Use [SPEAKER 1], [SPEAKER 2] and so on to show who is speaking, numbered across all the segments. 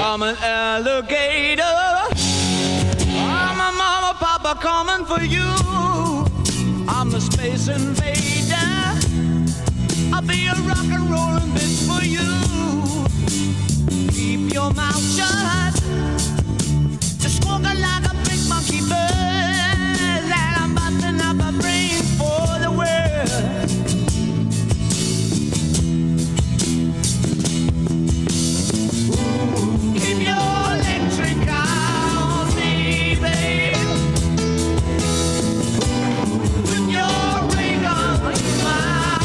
[SPEAKER 1] I'm an alligator. I'm a mama, papa coming for you. I'm the space invader. I'll be a rock and rollin' bitch for you. Keep your mouth shut. Just walking like a big monkey bird. Like I'm busting up a brain for the world. Keep your electric on me, babe. With your ring on my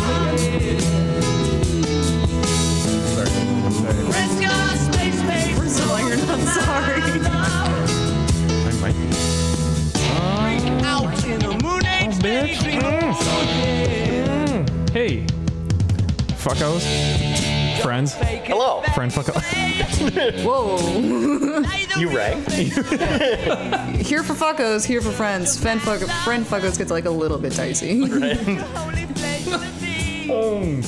[SPEAKER 1] Press your space, babe.
[SPEAKER 2] Sorry, I'm sorry.
[SPEAKER 3] I might be.
[SPEAKER 1] Out in the moon,
[SPEAKER 3] Oh, bitch. Mm. Hey, fuckos, friends,
[SPEAKER 4] Hello.
[SPEAKER 3] friend fucko.
[SPEAKER 2] Whoa.
[SPEAKER 4] You rang?
[SPEAKER 2] Here for fuckos, here for friends. Friend, fuck- friend fuckos gets like a little bit dicey.
[SPEAKER 3] Oh.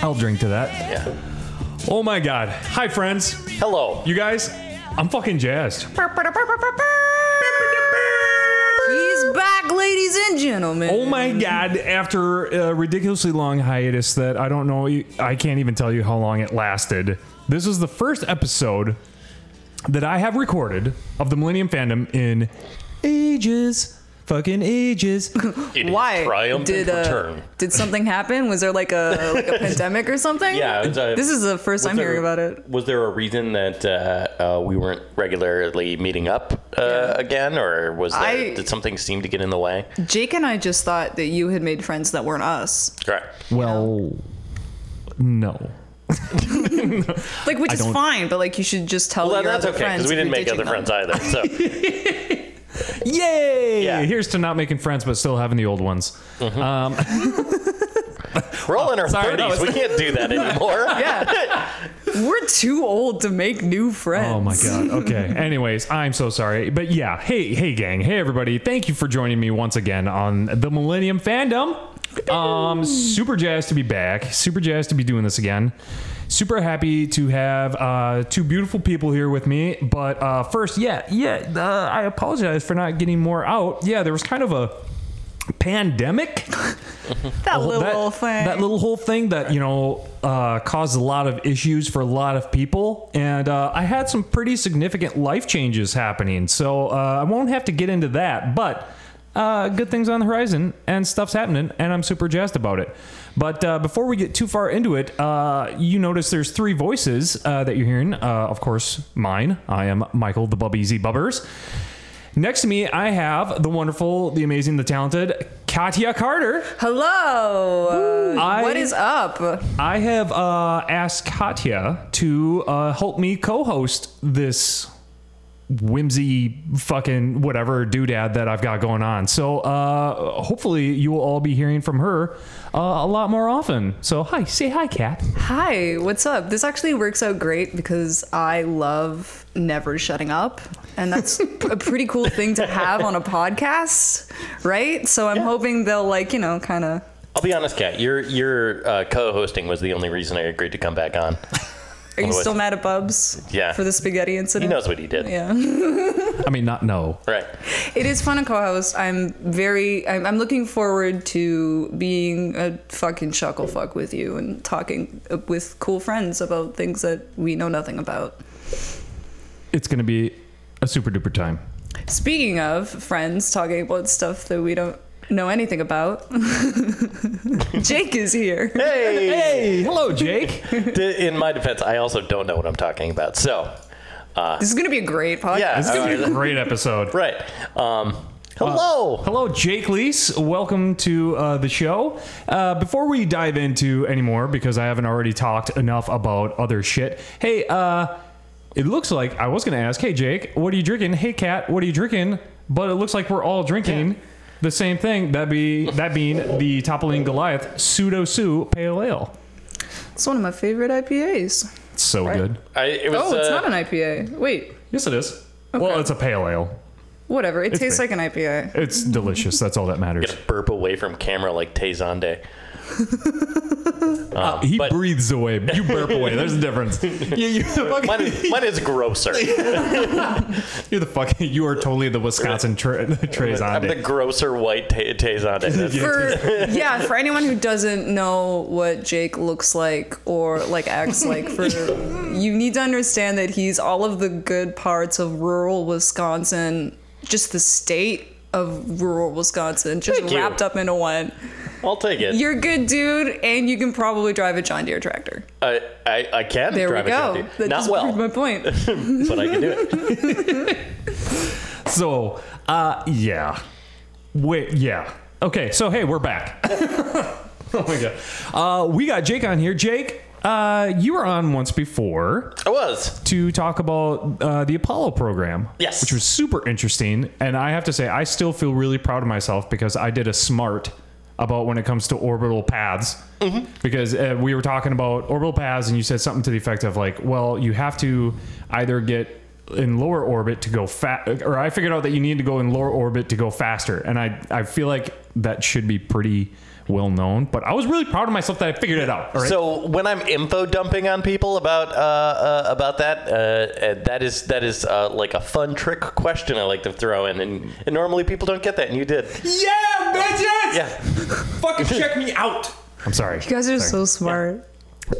[SPEAKER 3] I'll drink to that.
[SPEAKER 4] Yeah.
[SPEAKER 3] Oh my god. Hi, friends.
[SPEAKER 4] Hello.
[SPEAKER 3] You guys, I'm fucking jazzed.
[SPEAKER 2] He's back, ladies and gentlemen.
[SPEAKER 3] Oh my god! After a ridiculously long hiatus that I don't know, I can't even tell you how long it lasted. This is the first episode that I have recorded of the Millennium Fandom in ages. Fucking ages.
[SPEAKER 4] It is
[SPEAKER 2] Why
[SPEAKER 4] Triumphant
[SPEAKER 2] did uh,
[SPEAKER 4] return.
[SPEAKER 2] did something happen? Was there like a like a pandemic or something?
[SPEAKER 4] Yeah. it was, uh,
[SPEAKER 2] This is the first
[SPEAKER 4] was
[SPEAKER 2] I'm hearing
[SPEAKER 4] there-
[SPEAKER 2] about it.
[SPEAKER 4] Was there a reason that uh, uh, we weren't regularly meeting up uh, again, or was there,
[SPEAKER 2] I-
[SPEAKER 4] did something seem to get in the way?
[SPEAKER 2] Jake and I just thought that you had made friends that weren't us.
[SPEAKER 4] Correct.
[SPEAKER 3] Well, no.
[SPEAKER 2] Like, which is
[SPEAKER 3] don't-
[SPEAKER 2] fine, but like you should just tell
[SPEAKER 4] Well,
[SPEAKER 2] your
[SPEAKER 4] that's
[SPEAKER 2] other
[SPEAKER 4] okay
[SPEAKER 2] friends.
[SPEAKER 4] because we
[SPEAKER 2] if
[SPEAKER 4] didn't make
[SPEAKER 2] you're
[SPEAKER 4] other
[SPEAKER 2] ditching
[SPEAKER 4] friends
[SPEAKER 2] them.
[SPEAKER 4] either. So
[SPEAKER 3] Yay!
[SPEAKER 4] Yeah.
[SPEAKER 3] Here's to not making friends but still having the old ones.
[SPEAKER 4] we're all
[SPEAKER 2] Oh,
[SPEAKER 4] in our
[SPEAKER 3] Sorry, that
[SPEAKER 4] 30s.
[SPEAKER 3] was-
[SPEAKER 4] We can't do that anymore.
[SPEAKER 2] Yeah. We're too old to make new friends.
[SPEAKER 3] Oh my god. Okay. Anyways, I'm so sorry. But yeah, hey, hey gang. Hey everybody. Thank you for joining me once again on the Millennium Fandom. Um super jazzed to be back. Super jazzed to be doing this again. Super happy to have uh, two beautiful people here with me. But uh, first, yeah, yeah, uh, I apologize for not getting more out. Yeah, there was kind of a pandemic
[SPEAKER 2] That
[SPEAKER 3] whole-
[SPEAKER 2] little thing.
[SPEAKER 3] that little whole thing that you know uh, caused a lot of issues for a lot of people, and uh, I had some pretty significant life changes happening. So uh, I won't have to get into that, but uh, good things on the horizon and stuff's happening, and I'm super jazzed about it. But uh, before we get too far into it, uh, you notice there's three voices uh, that you're hearing. Uh, of course, mine. I am Michael the Bub Easy Bubbers. Next to me, I have the wonderful, the amazing, the talented Katya Carter.
[SPEAKER 2] Hello. Uh,
[SPEAKER 3] I-
[SPEAKER 2] what is up?
[SPEAKER 3] I have uh, asked Katya to uh, help me co-host this whimsy fucking whatever doodad that I've got going on. So uh, hopefully you will all be hearing from her uh, a lot more often. So hi, say hi, Kat.
[SPEAKER 2] Hi, what's up? This actually works out great because I love never shutting up. And that's a pretty cool thing to have on a podcast, right? So I'm hoping they'll, like, you know, kind of.
[SPEAKER 4] I'll be honest, Kat. Your your uh, co-hosting was the only reason I agreed to come back on.
[SPEAKER 2] Are you
[SPEAKER 4] Otherwise-
[SPEAKER 2] still mad at Bubs?
[SPEAKER 4] Yeah.
[SPEAKER 2] For the spaghetti
[SPEAKER 4] He
[SPEAKER 2] incident?
[SPEAKER 4] knows what he did.
[SPEAKER 2] Yeah.
[SPEAKER 3] I mean, not no.
[SPEAKER 4] Right.
[SPEAKER 2] It is fun to co host. I'm very, I'm, I'm looking forward to being a fucking chuckle fuck with you and talking uh, with cool friends about things that we know nothing about.
[SPEAKER 3] It's gonna be a super duper time.
[SPEAKER 2] Speaking of friends talking about stuff that we don't know anything about, Jake is here.
[SPEAKER 4] Hey.
[SPEAKER 3] Hey, hello, Jake.
[SPEAKER 4] D- In my defense, I also don't know what I'm talking about. So
[SPEAKER 2] This is going to be a great podcast.
[SPEAKER 4] yeah.
[SPEAKER 3] This is gonna be a
[SPEAKER 4] uh,
[SPEAKER 3] great episode.
[SPEAKER 4] right. Um, hello.
[SPEAKER 3] Hello, Jake Leese. Welcome to uh, the show. Uh, before we dive into any more, because I haven't already talked enough about other shit, hey, uh, it looks like I was going to ask, hey, Jake, what are you drinking? Hey, Kat, what are you drinking? But it looks like we're all drinking the same thing. That be that being the Toppling Goliath Pseudo Sue Pale Ale.
[SPEAKER 2] It's one of my favorite IPAs.
[SPEAKER 3] It's so good.
[SPEAKER 4] I, it was,
[SPEAKER 2] Oh, it's
[SPEAKER 4] uh,
[SPEAKER 2] not an IPA. Wait,
[SPEAKER 3] Yes, it is. Well, it's a pale ale.
[SPEAKER 2] whatever. It tastes
[SPEAKER 3] big.
[SPEAKER 2] like an IPA.
[SPEAKER 3] It's delicious. That's all that matters.
[SPEAKER 4] burp away from camera like Tay Zonde.
[SPEAKER 3] he
[SPEAKER 4] but-
[SPEAKER 3] breathes away. You burp away. There's a difference. Yeah, you're the fucking.
[SPEAKER 4] Mine is, mine is grosser.
[SPEAKER 3] You're the fucking. You are totally the Wisconsin tra- trays
[SPEAKER 4] I'm
[SPEAKER 3] on
[SPEAKER 4] the
[SPEAKER 3] it.
[SPEAKER 4] grosser white ta tays on it. That's-
[SPEAKER 2] for yeah for anyone who doesn't know what jake looks like or like acts like for you need to understand that he's all of the good parts of rural wisconsin just the state of rural wisconsin just
[SPEAKER 4] Thank you.
[SPEAKER 2] wrapped up into one
[SPEAKER 4] I'll take it.
[SPEAKER 2] you're a good dude and you can probably drive a john deere tractor
[SPEAKER 4] I, I, I can
[SPEAKER 2] there
[SPEAKER 4] drive
[SPEAKER 2] we
[SPEAKER 4] a
[SPEAKER 2] go
[SPEAKER 4] John Deere.
[SPEAKER 2] that
[SPEAKER 4] Not
[SPEAKER 2] just
[SPEAKER 4] well,
[SPEAKER 2] proved my point
[SPEAKER 4] but I can do it.
[SPEAKER 3] So, uh, yeah. Wait, yeah. Okay, so hey, we're back. oh my god. Uh, we got Jake on here. Jake, uh, you were on once before.
[SPEAKER 4] I was.
[SPEAKER 3] to talk about uh, the Apollo program.
[SPEAKER 4] Yes.
[SPEAKER 3] Which was super interesting. And I have to say, I still feel really proud of myself because I did a smart about when it comes to orbital paths.
[SPEAKER 4] Mm-hmm.
[SPEAKER 3] Because uh, we were talking about orbital paths, and you said something to the effect of, like, well, you have to either get in lower orbit to go fast, or I figured out that you need to go in lower orbit to go faster. And I, I feel like that should be pretty well known. But I was really proud of myself that I figured it out. All right.
[SPEAKER 4] So when I'm info dumping on people about uh, uh, about that, uh, uh, that is that is uh, like a fun trick question I like to throw in, and, and normally people don't get that, and you did.
[SPEAKER 3] yeah, bitches!
[SPEAKER 4] Yeah,
[SPEAKER 3] Fucking check me out. I'm sorry.
[SPEAKER 2] you guys are so smart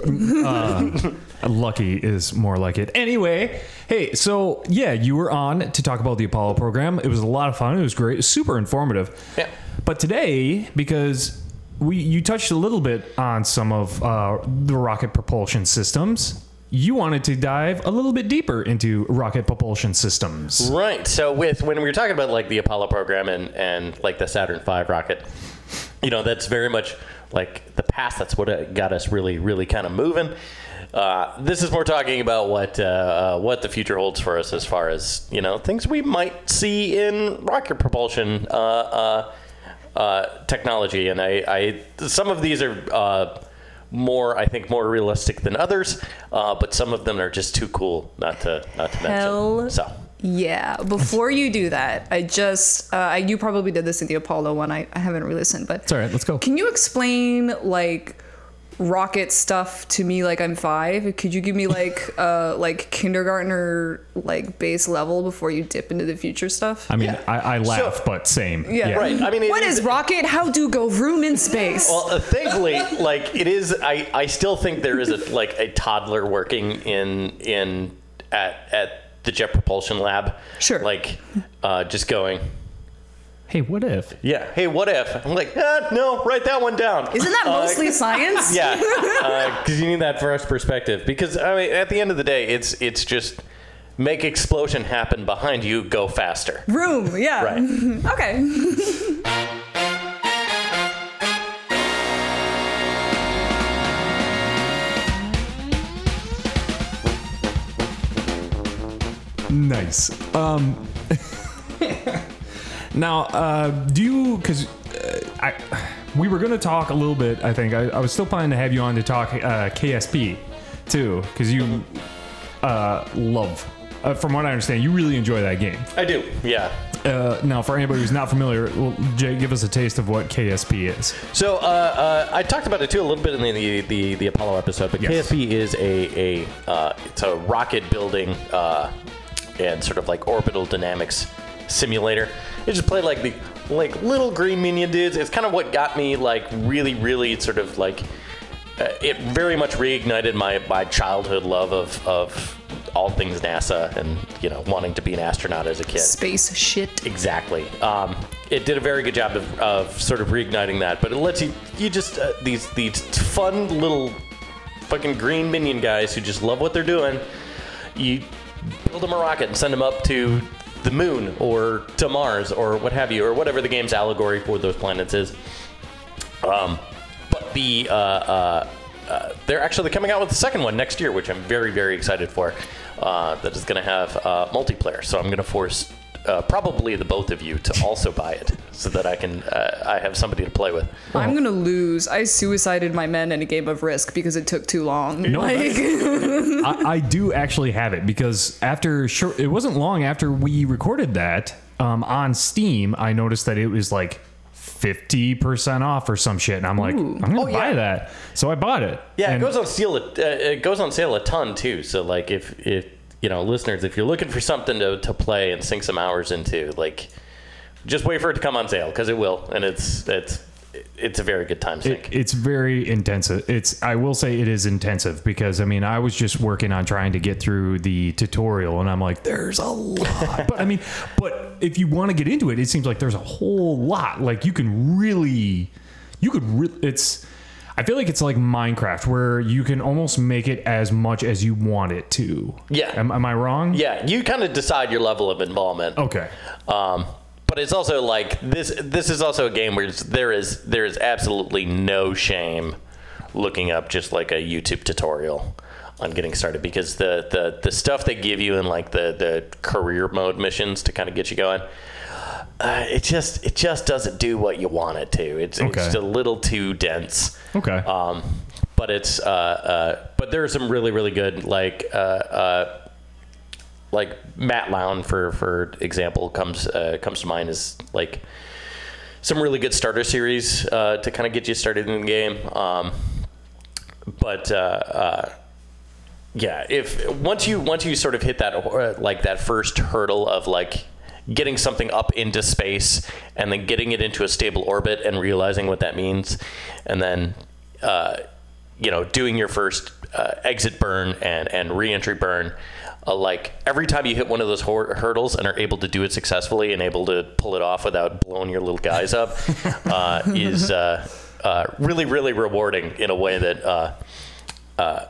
[SPEAKER 3] Lucky is more like it. Anyway, hey, so yeah, you were on to talk about the Apollo program. It was a lot of fun. It was great. It was super informative.
[SPEAKER 4] Yeah.
[SPEAKER 3] But today, because we you touched a little bit on some of uh, the rocket propulsion systems, you wanted to dive a little bit deeper into rocket propulsion systems.
[SPEAKER 4] right. So with when we were talking about like the Apollo program and and like the Saturn V rocket, you know, that's very much like the past. That's what uh, got us really really kind of moving. Uh, this is more talking about what uh, uh, what the future holds for us as far as you know things we might see in rocket propulsion. Uh, uh, uh, technology, and I, I some of these are uh, more I think more realistic than others, uh, but some of them are just too cool not to not to
[SPEAKER 2] Hell
[SPEAKER 4] mention. So
[SPEAKER 2] Yeah. Before you do that, I just uh, I, you probably did this in the Apollo one. I, I haven't re-listened, but it's
[SPEAKER 3] all right. Let's go.
[SPEAKER 2] Can you explain like rocket stuff to me like I'm five? Could you give me like uh like kindergartner like base level before you dip into the future stuff?
[SPEAKER 3] I mean, I, I laugh,
[SPEAKER 4] So-
[SPEAKER 3] but same.
[SPEAKER 2] yeah.
[SPEAKER 4] Right, I mean, it
[SPEAKER 2] what
[SPEAKER 4] is-
[SPEAKER 2] is rocket? How do go vroom in space?
[SPEAKER 4] well, uh, thankfully, like it is, I, I still think there is a like a toddler working in in at at the Jet Propulsion Lab.
[SPEAKER 2] Sure.
[SPEAKER 4] Like, uh, just going.
[SPEAKER 3] Hey, what if?
[SPEAKER 4] Yeah. Hey, what if? I'm like, ah, no, write that one down.
[SPEAKER 2] Isn't that
[SPEAKER 4] Uh,
[SPEAKER 2] mostly science?
[SPEAKER 4] yeah, because you need that fresh perspective. Because I mean, at the end of the day, it's it's just make explosion happen behind you. Go faster.
[SPEAKER 2] Room, yeah.
[SPEAKER 4] Right.
[SPEAKER 2] okay.
[SPEAKER 3] Nice. Um, now, uh, do you? Because uh, I, we were going to talk a little bit. I think I, I was still planning to have you on to talk uh, KSP too, because you uh, love. Uh, from what I understand, you really enjoy that game.
[SPEAKER 4] I do. Yeah.
[SPEAKER 3] Uh, now, for anybody who's not familiar, well, Jay, give us a taste of what KSP is.
[SPEAKER 4] So uh, uh, I talked about it too a little bit in the the, the Apollo episode, but
[SPEAKER 3] Yes.
[SPEAKER 4] KSP is a a uh, it's a rocket building uh, and sort of like orbital dynamics simulator. It just played like the like little green minion dudes. It's kind of what got me like really really sort of like uh, it very much reignited my my childhood love of of all things NASA and you know wanting to be an astronaut as a kid.
[SPEAKER 2] Space shit.
[SPEAKER 4] Exactly. Um, it did a very good job of, of sort of reigniting that, but it lets you you just uh, these these fun little fucking green minion guys who just love what they're doing. You build them a rocket and send them up to the moon or to Mars or what have you or whatever the game's allegory for those planets is. Um, but the uh, uh, uh, they're actually coming out with the second one next year, which I'm very very excited for. Uh, that is going to have uh, multiplayer, so I'm going to force uh, probably the both of you to also buy it, so that I can uh, I have somebody to play with.
[SPEAKER 2] I'm gonna lose. I suicided my men in a game of Risk because it took too long.
[SPEAKER 3] No, I, I do actually have it because after short, it wasn't long after we recorded that um, on Steam. I noticed that it was like 50% off or some shit. And I'm like, I'm going to
[SPEAKER 4] Oh, yeah.
[SPEAKER 3] buy that. So I bought it.
[SPEAKER 4] Yeah,
[SPEAKER 3] And-
[SPEAKER 4] it goes on sale. A, uh, it goes on sale a ton too. So like, if if you know, listeners, if you're looking for something to, to play and sink some hours into, like, just wait for it to come on sale because it will, and it's it's it's a very good time sink.
[SPEAKER 3] It, it's very intensive. It's I will say it is intensive because I mean I was just working on trying to get through the tutorial and I'm like there's a lot. but I mean, but if you want to get into it, it seems like there's a whole lot. Like you can really, you could. Re- it's I feel like it's like Minecraft where you can almost make it as much as you want it to.
[SPEAKER 4] Yeah.
[SPEAKER 3] Am, am I wrong?
[SPEAKER 4] yeah, you kind of decide your level of involvement.
[SPEAKER 3] Okay.
[SPEAKER 4] Um, but it's also like this. This is also a game where it's- there is there is absolutely no shame looking up just like a YouTube tutorial on getting started because the the, the stuff they give you in like the the career mode missions to kind of get you going. Uh, it just it just doesn't do what you want it to. It's
[SPEAKER 3] Okay.
[SPEAKER 4] it's just a little too dense.
[SPEAKER 3] Okay.
[SPEAKER 4] Um, but it's uh, uh, but there are some really really good like uh, uh, like Matt Lown for for example comes uh, comes to mind as like some really good starter series uh, to kind of get you started in the game. Um, but uh, uh, yeah, if once you once you sort of hit that uh, like that first hurdle of like getting something up into space and then getting it into a stable orbit and realizing what that means, and then uh, you know doing your first uh, exit burn and and reentry burn. Uh, like every time you hit one of those hor- hurdles and are able to do it successfully and able to pull it off without blowing your little guys up, uh, is uh, uh, really really rewarding in a way that uh,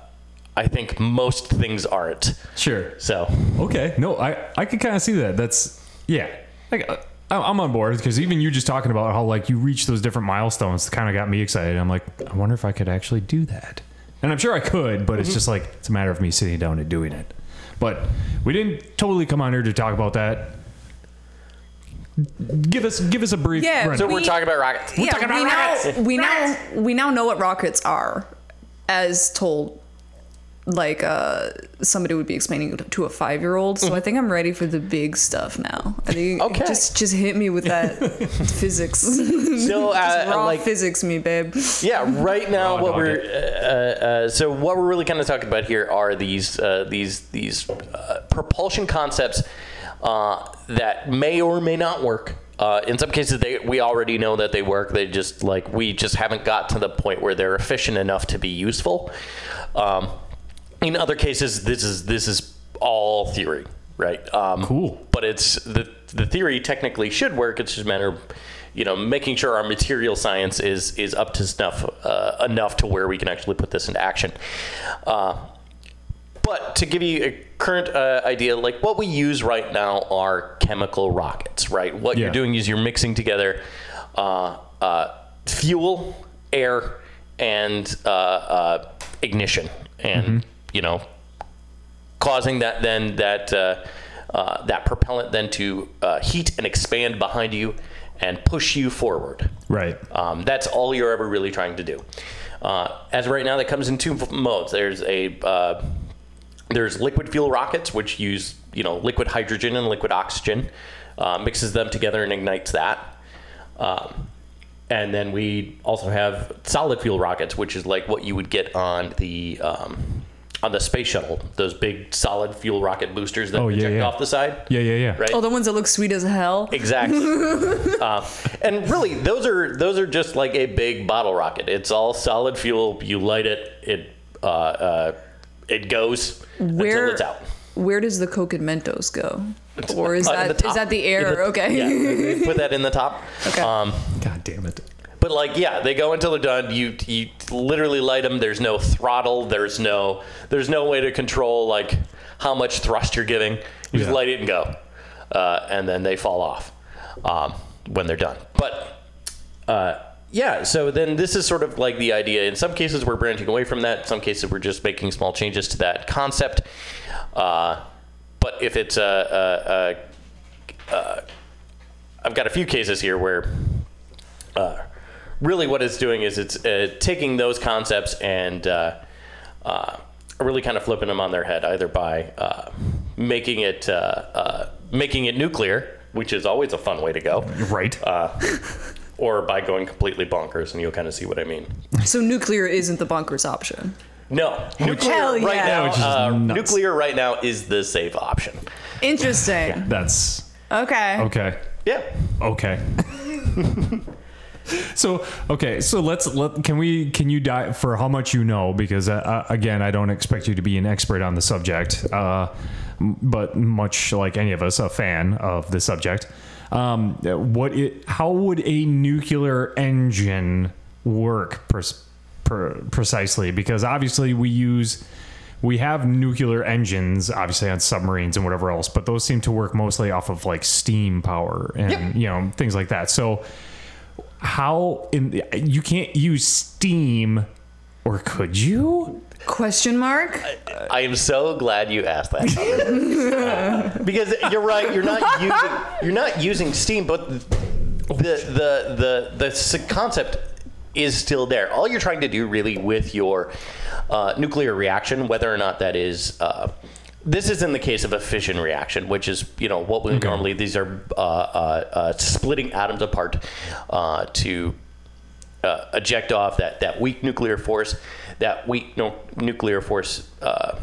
[SPEAKER 4] I think most things aren't.
[SPEAKER 3] Sure.
[SPEAKER 4] So
[SPEAKER 3] Okay. No, I I could kind of see that. That's yeah. Like uh, I- I'm on board because even you just talking about how like you reach those different milestones kind of got me excited. I'm like, I wonder if I could actually do that. And I'm sure I could, but
[SPEAKER 2] Mm-hmm.
[SPEAKER 3] it's just like it's a matter of me sitting down and doing it. But we didn't totally come on here to talk about that. Give us give us a brief.
[SPEAKER 2] Yeah,
[SPEAKER 3] run.
[SPEAKER 4] so
[SPEAKER 2] We-
[SPEAKER 4] we're talking about rockets.
[SPEAKER 2] yeah,
[SPEAKER 3] talking
[SPEAKER 2] we
[SPEAKER 3] about
[SPEAKER 2] now we now we now know what rockets are, as told, like uh, somebody would be explaining it to a five year old. So I think I'm ready for the big stuff now. I think
[SPEAKER 4] Okay.
[SPEAKER 2] just just hit me with that physics.
[SPEAKER 4] So, uh,
[SPEAKER 2] just raw
[SPEAKER 4] like-
[SPEAKER 2] physics, me babe.
[SPEAKER 4] Yeah, right now
[SPEAKER 3] Raw
[SPEAKER 4] what
[SPEAKER 3] dog
[SPEAKER 4] we're uh, uh, uh, so what we're really kind of talking about here are these uh, these these uh, propulsion concepts uh, that may or may not work. Uh, in some cases, they we already know that they work. They just like we just haven't got to the point where they're efficient enough to be useful. Um, in other cases, this is this is all theory, right? Um,
[SPEAKER 3] Cool.
[SPEAKER 4] but it's the the theory technically should work. It's just a matter of you know making sure our material science is is up to snuff uh, enough to where we can actually put this into action. Uh, but to give you a current uh, idea, like what we use right now are chemical rockets, right? What
[SPEAKER 3] Yeah.
[SPEAKER 4] you're doing is you're mixing together uh, uh, fuel, air, and uh, uh, ignition, and you know causing that then that uh, uh, that propellant then to uh, heat and expand behind you and push you forward.
[SPEAKER 3] Right.
[SPEAKER 4] Um, that's all you're ever really trying to do. Uh, as of right now, that comes in two f- modes. There's a uh, there's liquid fuel rockets, which use you know liquid hydrogen and liquid oxygen, uh, mixes them together and ignites that. Um, and then we also have solid fuel rockets, which is like what you would get on the um, on the space shuttle. Those big solid fuel rocket boosters that
[SPEAKER 3] Oh, yeah,
[SPEAKER 4] project
[SPEAKER 3] yeah.
[SPEAKER 4] off the side.
[SPEAKER 3] Yeah. Yeah. Yeah.
[SPEAKER 4] Right.
[SPEAKER 2] Oh, the ones that look sweet as hell.
[SPEAKER 4] Exactly. uh, and really, those are those are just like a big bottle rocket. It's all solid fuel. You light it. It uh, uh, it goes
[SPEAKER 2] Where-
[SPEAKER 4] until it's out.
[SPEAKER 2] Where does the Coke and Mentos go? Or is
[SPEAKER 4] Uh,
[SPEAKER 2] that
[SPEAKER 4] the
[SPEAKER 2] is
[SPEAKER 4] top.
[SPEAKER 2] that the air?
[SPEAKER 4] Yeah, the-
[SPEAKER 2] okay.
[SPEAKER 4] Yeah, they put that in the top.
[SPEAKER 2] Okay.
[SPEAKER 4] Um,
[SPEAKER 3] God damn it.
[SPEAKER 4] but like, yeah, they go until they're done. You you literally light them. There's no throttle. There's no there's no way to control like how much thrust you're giving. You just
[SPEAKER 3] Yeah.
[SPEAKER 4] light it and go, uh, and then they fall off um, when they're done. But uh, yeah, so then this is sort of like the idea. In some cases, we're branching away from that. In some cases, we're just making small changes to that concept. Uh, but if it's a, a, a, a I've got a few cases here where uh, really what it's doing is it's uh, taking those concepts and uh, uh, really kind of flipping them on their head, either by uh, making it uh, uh, making it nuclear, which is always a fun way to go,
[SPEAKER 3] Right.
[SPEAKER 4] or by going completely bonkers, and you'll kind of see what I mean.
[SPEAKER 2] So nuclear isn't the bunkers option.
[SPEAKER 4] No, nuclear
[SPEAKER 2] hell
[SPEAKER 4] right
[SPEAKER 2] yeah.
[SPEAKER 4] now.
[SPEAKER 2] Which is
[SPEAKER 4] uh,
[SPEAKER 3] nuts.
[SPEAKER 4] nuclear right now is the safe option.
[SPEAKER 2] Interesting.
[SPEAKER 3] That's
[SPEAKER 2] Okay.
[SPEAKER 3] okay.
[SPEAKER 4] Yeah,
[SPEAKER 3] Okay. so okay, so let's let can we can you die for how much you know because uh, again I don't expect you to be an expert on the subject, uh, m- but much like any of us, a fan of the subject. Um, what it, how would a nuclear engine work per, per, precisely? Because obviously we use we have nuclear engines obviously on submarines and whatever else but those seem to work mostly off of like steam power and you know things like that so how in you can't use steam or could you
[SPEAKER 2] Question mark?
[SPEAKER 4] I am so glad you asked that. Connor. because you're right, you're not using you're not using steam, but the the the the, s- concept is still there. All you're trying to do really with your uh, nuclear reaction, whether or not that is. Uh, this is in the case of a fission reaction, which is, you know, what we normally these are uh, uh, uh, splitting atoms apart uh, to uh, eject off that, that weak nuclear force. That weak nu- nuclear force uh,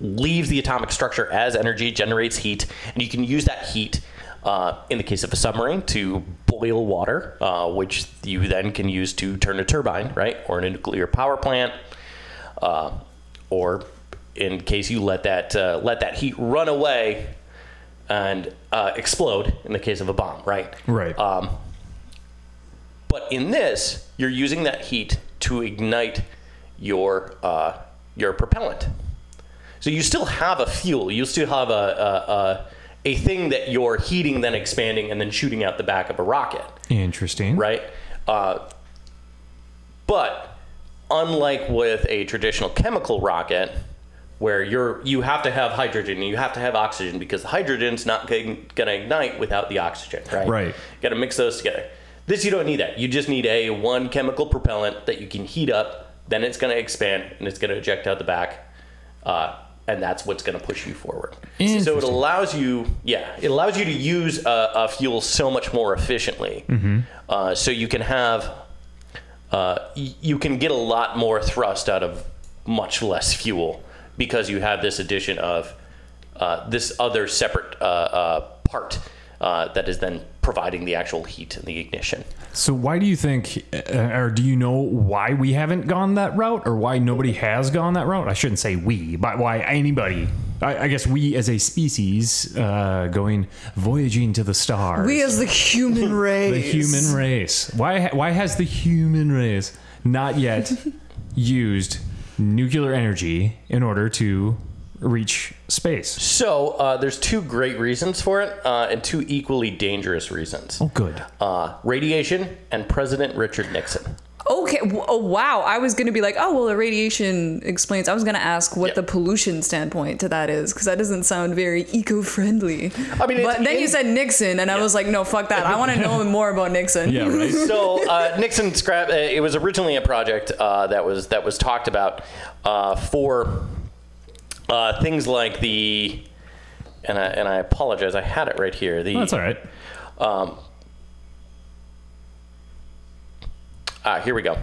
[SPEAKER 4] leaves the atomic structure as energy, generates heat, and you can use that heat. Uh, in the case of a submarine, to boil water, uh, which you then can use to turn a turbine, right? Or in a nuclear power plant, uh, or in case you let that uh, let that heat run away and uh, explode. In the case of a bomb, right?
[SPEAKER 3] Right.
[SPEAKER 4] Um, but in this, you're using that heat to ignite your uh, your propellant. So you still have a fuel. You still have a a, a a thing that you're heating, then expanding, and then shooting out the back of a rocket,
[SPEAKER 3] interesting
[SPEAKER 4] right? Uh, but unlike with a traditional chemical rocket, where you're you have to have hydrogen and you have to have oxygen because the hydrogen's not going to ignite without the oxygen, right?
[SPEAKER 3] Right.
[SPEAKER 4] Got to mix those together. This you don't need that. You just need a one chemical propellant that you can heat up. Then it's going to expand and it's going to eject out the back, uh, and that's what's going to push you forward. So it
[SPEAKER 3] Interesting.
[SPEAKER 4] allows you, yeah, it allows you to use a, a fuel so much more efficiently.
[SPEAKER 3] Mm-hmm.
[SPEAKER 4] Uh, so you can have, uh, y- you can get a lot more thrust out of much less fuel because you have this addition of uh, this other separate uh, uh, part uh, that is then providing the actual heat and the ignition.
[SPEAKER 3] so why do you think uh, or do you know why we haven't gone that route or why nobody has gone that route i shouldn't say we but why anybody I, I guess we as a species uh, going voyaging to the stars
[SPEAKER 2] We as the human race.
[SPEAKER 3] The human race. Why? ha- Why has the human race not yet used nuclear energy in order to reach space?
[SPEAKER 4] So uh, there's two great reasons for it uh, and two equally dangerous reasons.
[SPEAKER 3] Oh, good.
[SPEAKER 4] Uh, radiation and President Richard Nixon.
[SPEAKER 2] Okay. w- Oh, wow. I was going to be like, oh, well, the radiation explains. I was going to ask what
[SPEAKER 4] Yeah.
[SPEAKER 2] the pollution standpoint to that is, because that doesn't sound very eco friendly.
[SPEAKER 4] I mean, it's
[SPEAKER 2] but then
[SPEAKER 4] in-
[SPEAKER 2] you said Nixon, and I was like, no, fuck that. I want to know more about Nixon.
[SPEAKER 3] Yeah. Right.
[SPEAKER 4] so uh, Nixon scrap. Uh, it was originally a project uh, that was that was talked about uh, for uh, things like the. And I, and I apologize. I had it right here. The
[SPEAKER 3] That's all right.
[SPEAKER 4] Um, ah, here we go.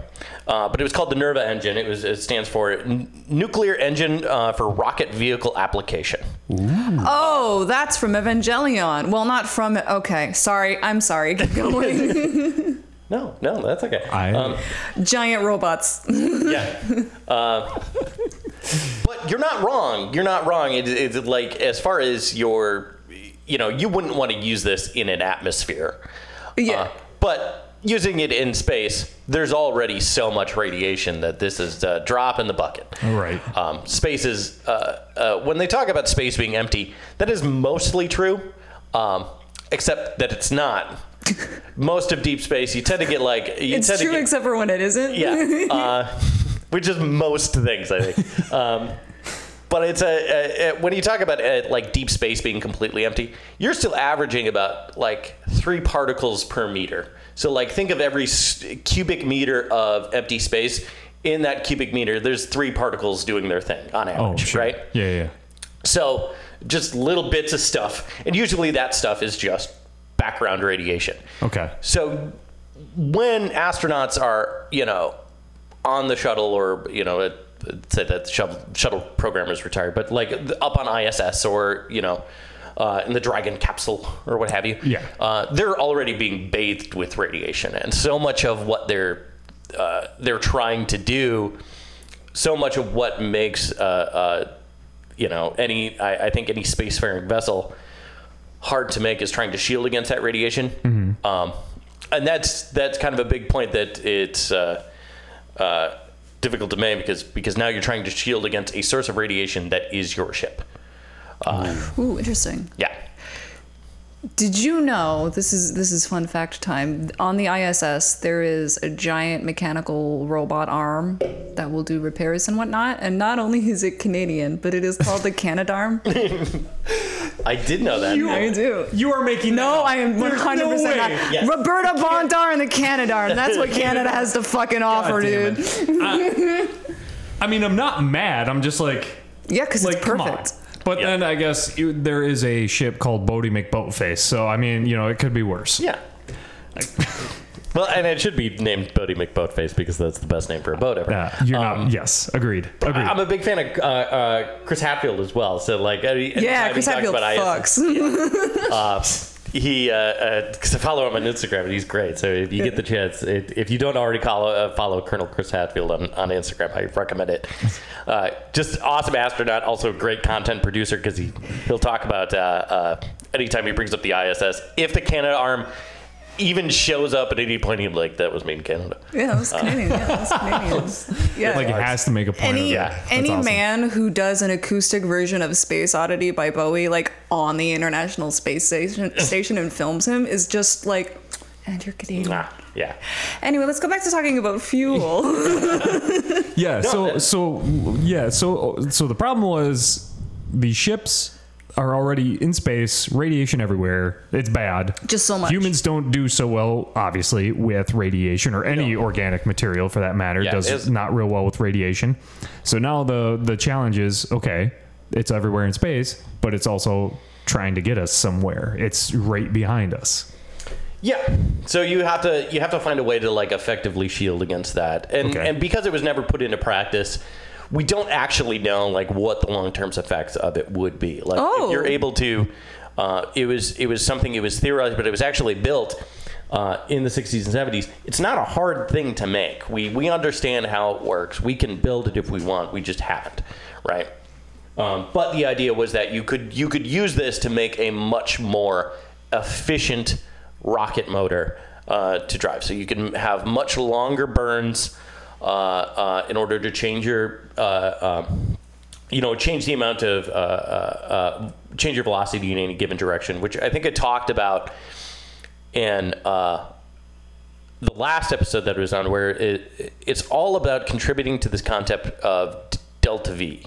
[SPEAKER 4] Uh, but it was called the NERVA engine. It was it stands for N- Nuclear Engine uh, for Rocket Vehicle Application.
[SPEAKER 2] Oh, that's from Evangelion. Well, not from. Okay. Sorry. I'm sorry. Keep going.
[SPEAKER 4] No, no, that's okay. Um,
[SPEAKER 3] I-
[SPEAKER 2] Giant robots.
[SPEAKER 4] yeah. Uh, but you're not wrong. You're not wrong. It, it's like as far as your, you know, you wouldn't want to use this in an atmosphere. Uh,
[SPEAKER 2] Yeah.
[SPEAKER 4] but using it in space, there's already so much radiation that this is a drop in the bucket.
[SPEAKER 3] All right.
[SPEAKER 4] Um, space is uh, uh, when they talk about space being empty, that is mostly true, um, except that it's not. Most of deep space, you tend to get like you
[SPEAKER 2] It's
[SPEAKER 4] tend
[SPEAKER 2] true,
[SPEAKER 4] to get,
[SPEAKER 2] except for when it isn't.
[SPEAKER 4] yeah, uh, which is most things, I think. Um, but it's a, a, a when you talk about uh like deep space being completely empty, you're still averaging about like three particles per meter. So like think of every s- cubic meter of empty space. In that cubic meter, there's three particles doing their thing on
[SPEAKER 3] Oh,
[SPEAKER 4] average,
[SPEAKER 3] sure.
[SPEAKER 4] right?
[SPEAKER 3] Yeah. Yeah.
[SPEAKER 4] So just little bits of stuff, and usually that stuff is just background radiation.
[SPEAKER 3] Okay.
[SPEAKER 4] So when astronauts are, you know, on the shuttle or, you know, it, it said that the shuttle, shuttle program is retired, but like the- up on ISS or, you know, uh, in the Dragon capsule or what have you.
[SPEAKER 3] Yeah.
[SPEAKER 4] Uh, they're already being bathed with radiation. And so much of what they're, uh, they're trying to do, so much of what makes, uh, uh, you know, any, I, I think any spacefaring vessel hard to make is trying to shield against that radiation. Um, and that's that's kind of a big point that it's uh, uh, difficult to make because because now you're trying to shield against a source of radiation that is your ship. Uh,
[SPEAKER 2] Ooh, interesting.
[SPEAKER 4] Yeah.
[SPEAKER 2] Did you know this is this is fun fact time? On the ISS, there is a giant mechanical robot arm that will do repairs and whatnot. And not only is it Canadian, but it is called the Canadarm.
[SPEAKER 4] I did know that.
[SPEAKER 2] I do.
[SPEAKER 3] You are making
[SPEAKER 2] No, I am
[SPEAKER 3] There's
[SPEAKER 2] 100%
[SPEAKER 3] no way.
[SPEAKER 2] not.
[SPEAKER 4] Yes.
[SPEAKER 2] Roberta Von Dar and the Canadarm. That's what Canada has to fucking offer,
[SPEAKER 3] damn
[SPEAKER 2] dude.
[SPEAKER 3] I mean, I'm not mad. I'm just like,
[SPEAKER 2] Yeah, because
[SPEAKER 3] like,
[SPEAKER 2] it's
[SPEAKER 3] come on.
[SPEAKER 2] perfect.
[SPEAKER 3] But
[SPEAKER 4] Yeah.
[SPEAKER 3] then I guess you, there is a ship called Bodie McBoatface. So I mean, you know, it could be worse.
[SPEAKER 4] Yeah. well, and it should be named Bodie McBoatface because that's the best name for a boat ever.
[SPEAKER 3] Yeah, you're
[SPEAKER 4] Um,
[SPEAKER 3] not. Yes, agreed. Agreed.
[SPEAKER 4] I'm a big fan of uh, uh, Chris Hatfield as well. So like, any- anytime
[SPEAKER 2] Yeah,
[SPEAKER 4] he
[SPEAKER 2] Chris
[SPEAKER 4] talks
[SPEAKER 2] Hatfield
[SPEAKER 4] about ISS,
[SPEAKER 2] fucks.
[SPEAKER 4] uh, he because I follow him on Instagram and he's great. So if you get the chance, it, if you don't already follow uh, follow Colonel Chris Hatfield on, on Instagram, I recommend it. Uh, just awesome astronaut, also great content producer because he he'll talk about uh, uh, anytime he brings up the ISS. If the Canada arm even shows up at any point, he'll be like, "That was made in Canada."
[SPEAKER 2] Yeah, that's Canadian. Yeah, that's Canadian. Yeah.
[SPEAKER 3] like, it has to make a point.
[SPEAKER 2] any
[SPEAKER 3] of that. That's
[SPEAKER 2] any
[SPEAKER 3] awesome.
[SPEAKER 2] man who does an acoustic version of Space Oddity by Bowie, like on the International Space Station, station and films him, is just like, and you're Canadian.
[SPEAKER 4] Nah, yeah.
[SPEAKER 2] Anyway, let's go back to talking about fuel.
[SPEAKER 3] Yeah. So
[SPEAKER 4] that-
[SPEAKER 3] so yeah. So so the problem was the ships are already in space, radiation everywhere. It's bad.
[SPEAKER 2] Just so much.
[SPEAKER 3] Humans don't do so well, obviously, with radiation or any organic material for that matter.
[SPEAKER 4] Yeah, it's-
[SPEAKER 3] does not real well with radiation. So now the the challenge is okay. It's everywhere in space, but it's also trying to get us somewhere. It's right behind us.
[SPEAKER 4] Yeah. So you have to you have to find a way to like effectively shield against that. And
[SPEAKER 3] Okay.
[SPEAKER 4] and because it was never put into practice, we don't actually know like what the long term effects of it would be. Like
[SPEAKER 2] Oh.
[SPEAKER 4] if you're able to uh, it was it was something it was theorized, but it was actually built uh, in the 60s and 70s. It's not a hard thing to make. We we understand how it works. We can build it if we want. We just haven't, right? Um, but the idea was that you could you could use this to make a much more efficient rocket motor uh, to drive. So you can have much longer burns uh, uh, in order to change your uh, um, you know change the amount of uh, uh, uh, change your velocity in any given direction, which I think I talked about in uh, the last episode that I was on, where it, it's all about contributing to this concept of d- delta v,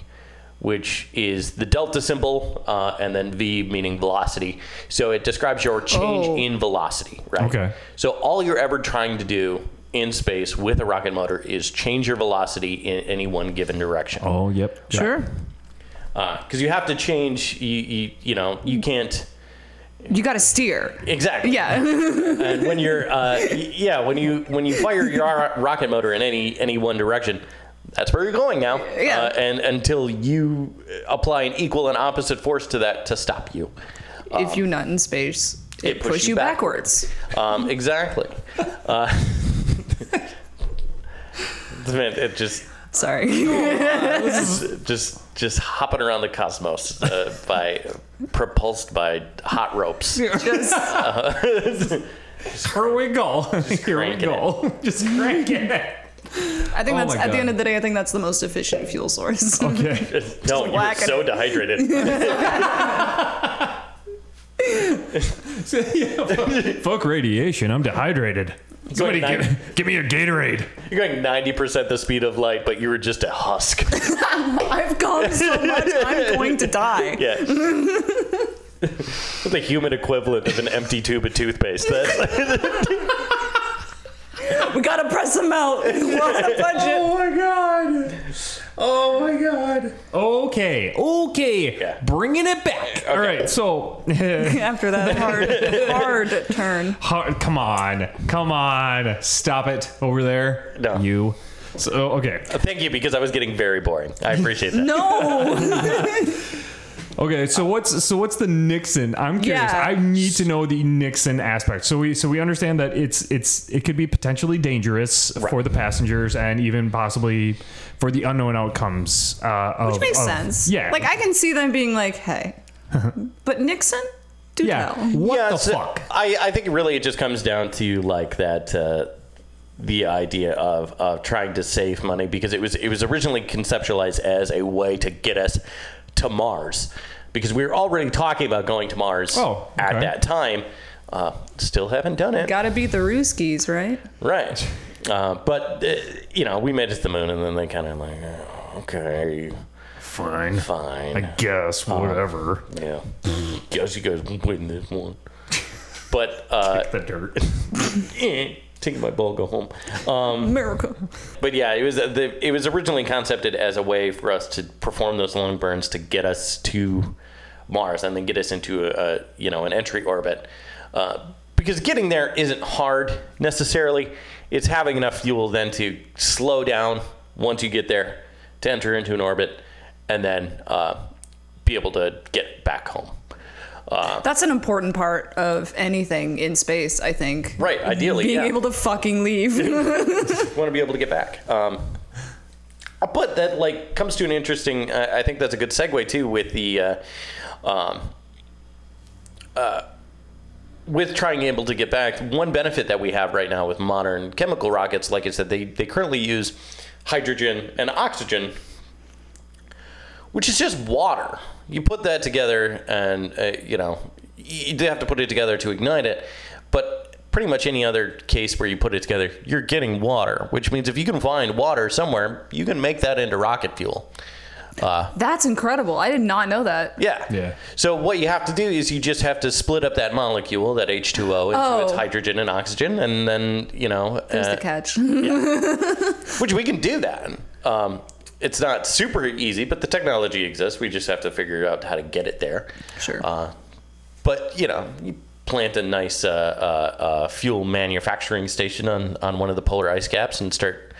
[SPEAKER 4] which is the delta symbol uh, and then v meaning velocity. So it describes your change
[SPEAKER 2] Oh.
[SPEAKER 4] in velocity, right?
[SPEAKER 3] Okay.
[SPEAKER 4] So all you're ever trying to do in space with a rocket motor is change your velocity in any one given direction
[SPEAKER 3] Oh, yep.
[SPEAKER 2] sure.
[SPEAKER 4] because Uh, you have to change you, you you know you can't
[SPEAKER 2] You got to steer.
[SPEAKER 4] exactly
[SPEAKER 2] Yeah.
[SPEAKER 4] and when you're uh, y- yeah when you when you fire your ro- rocket motor in any any one direction that's where you're going now
[SPEAKER 2] Yeah.
[SPEAKER 4] uh, and until you apply an equal and opposite force to that to stop you
[SPEAKER 3] Uh,
[SPEAKER 2] if you nut in space, it,
[SPEAKER 4] it
[SPEAKER 2] push, you backwards.
[SPEAKER 4] um, exactly uh, man, it just
[SPEAKER 2] Sorry.
[SPEAKER 4] just just hopping around the cosmos uh, by propulsed by hot ropes
[SPEAKER 3] Here we go. Here we
[SPEAKER 4] cranking
[SPEAKER 3] go. Just cranking it.
[SPEAKER 2] I think
[SPEAKER 3] Oh
[SPEAKER 2] that's
[SPEAKER 3] my
[SPEAKER 2] at the
[SPEAKER 3] God.
[SPEAKER 2] end of the day. I think that's the most efficient fuel source.
[SPEAKER 3] Okay.
[SPEAKER 4] no you were
[SPEAKER 2] whacking
[SPEAKER 4] so
[SPEAKER 2] it.
[SPEAKER 4] dehydrated
[SPEAKER 3] Yeah, fuck, fuck radiation. I'm dehydrated. Somebody
[SPEAKER 4] like
[SPEAKER 3] give, give me a Gatorade.
[SPEAKER 4] You're going 90% the speed of light, but you were just a husk.
[SPEAKER 2] I've gone so much. I'm going to die.
[SPEAKER 4] Yeah. It's the human equivalent of an empty tube of toothpaste. That's, uh,
[SPEAKER 2] We gotta press them out. We're on a budget.
[SPEAKER 3] my Oh god. Oh my god. Okay. Okay.
[SPEAKER 4] Yeah.
[SPEAKER 3] Bringing it back. All right. So,
[SPEAKER 2] After that hard, hard turn.
[SPEAKER 3] how- come on. Come on. Stop it over there.
[SPEAKER 4] No.
[SPEAKER 3] You. So, okay.
[SPEAKER 4] Thank you, because I was getting very boring. I appreciate that.
[SPEAKER 2] No.
[SPEAKER 3] Oh, Okay, so what's so what's the Nixon? I'm curious.
[SPEAKER 2] Yeah.
[SPEAKER 3] I need to know the Nixon aspect. So we so we understand that it's it's it could be potentially dangerous for the passengers and even possibly for the unknown outcomes. Uh, of,
[SPEAKER 2] Which makes
[SPEAKER 3] of-
[SPEAKER 2] sense.
[SPEAKER 3] Yeah.
[SPEAKER 2] Like I can see them being like, "Hey," but Nixon, do
[SPEAKER 3] yeah.
[SPEAKER 2] tell.
[SPEAKER 3] What
[SPEAKER 4] Yeah,
[SPEAKER 3] the
[SPEAKER 4] so
[SPEAKER 3] fuck?
[SPEAKER 4] I, I think really it just comes down to like that uh, the idea of, of trying to save money because it was it was originally conceptualized as a way to get us to Mars because we were already talking about going to Mars
[SPEAKER 3] Oh,
[SPEAKER 4] at
[SPEAKER 3] okay.
[SPEAKER 4] that time. Uh, still haven't done it.
[SPEAKER 2] Got to beat the Ruskies, right?
[SPEAKER 4] Right. Uh, but, uh, you know, we made it to the moon, and then they kind of like, "Oh, okay,
[SPEAKER 3] Fine.
[SPEAKER 4] fine. Um,
[SPEAKER 3] I guess whatever.
[SPEAKER 4] yeah. Guess you guys win this one. But, uh,
[SPEAKER 3] the dirt.
[SPEAKER 4] eh, take my ball, go home.
[SPEAKER 2] America.
[SPEAKER 4] But yeah, it was uh, the, it was originally concepted as a way for us to perform those long burns to get us to Mars and then get us into a, a you know an entry orbit. Uh, because getting there isn't hard necessarily. It's having enough fuel then to slow down once you get there to enter into an orbit and then uh, be able to get back home.
[SPEAKER 2] That's an important part of anything in space, I think.
[SPEAKER 4] Right, ideally,
[SPEAKER 2] being
[SPEAKER 4] yeah.
[SPEAKER 2] able to fucking leave.
[SPEAKER 4] want to be able to get back. Um, but that like comes to an interesting. I I think that's a good segue too with the, uh, um, uh, with trying able to get back. One benefit that we have right now with modern chemical rockets, like I said, they they currently use hydrogen and oxygen, which is just water. You put that together, and uh, you know you do have to put it together to ignite it, but. Pretty much any other case where you put it together, you're getting water, which means if you can find water somewhere, you can make that into rocket fuel.
[SPEAKER 2] That's incredible. I did not know that.
[SPEAKER 4] Yeah.
[SPEAKER 3] Yeah.
[SPEAKER 4] So what you have to do is you just have to split up that molecule, that H2O, into
[SPEAKER 2] Oh.
[SPEAKER 4] its hydrogen and oxygen, and then you know,
[SPEAKER 2] There's
[SPEAKER 4] uh,
[SPEAKER 2] the catch.
[SPEAKER 4] which we can do that. Um, it's not super easy, but the technology exists. We just have to figure out how to get it there.
[SPEAKER 2] Sure.
[SPEAKER 4] Uh, but you know, you plant a nice uh, uh, uh, fuel manufacturing station on on one of the polar ice caps and start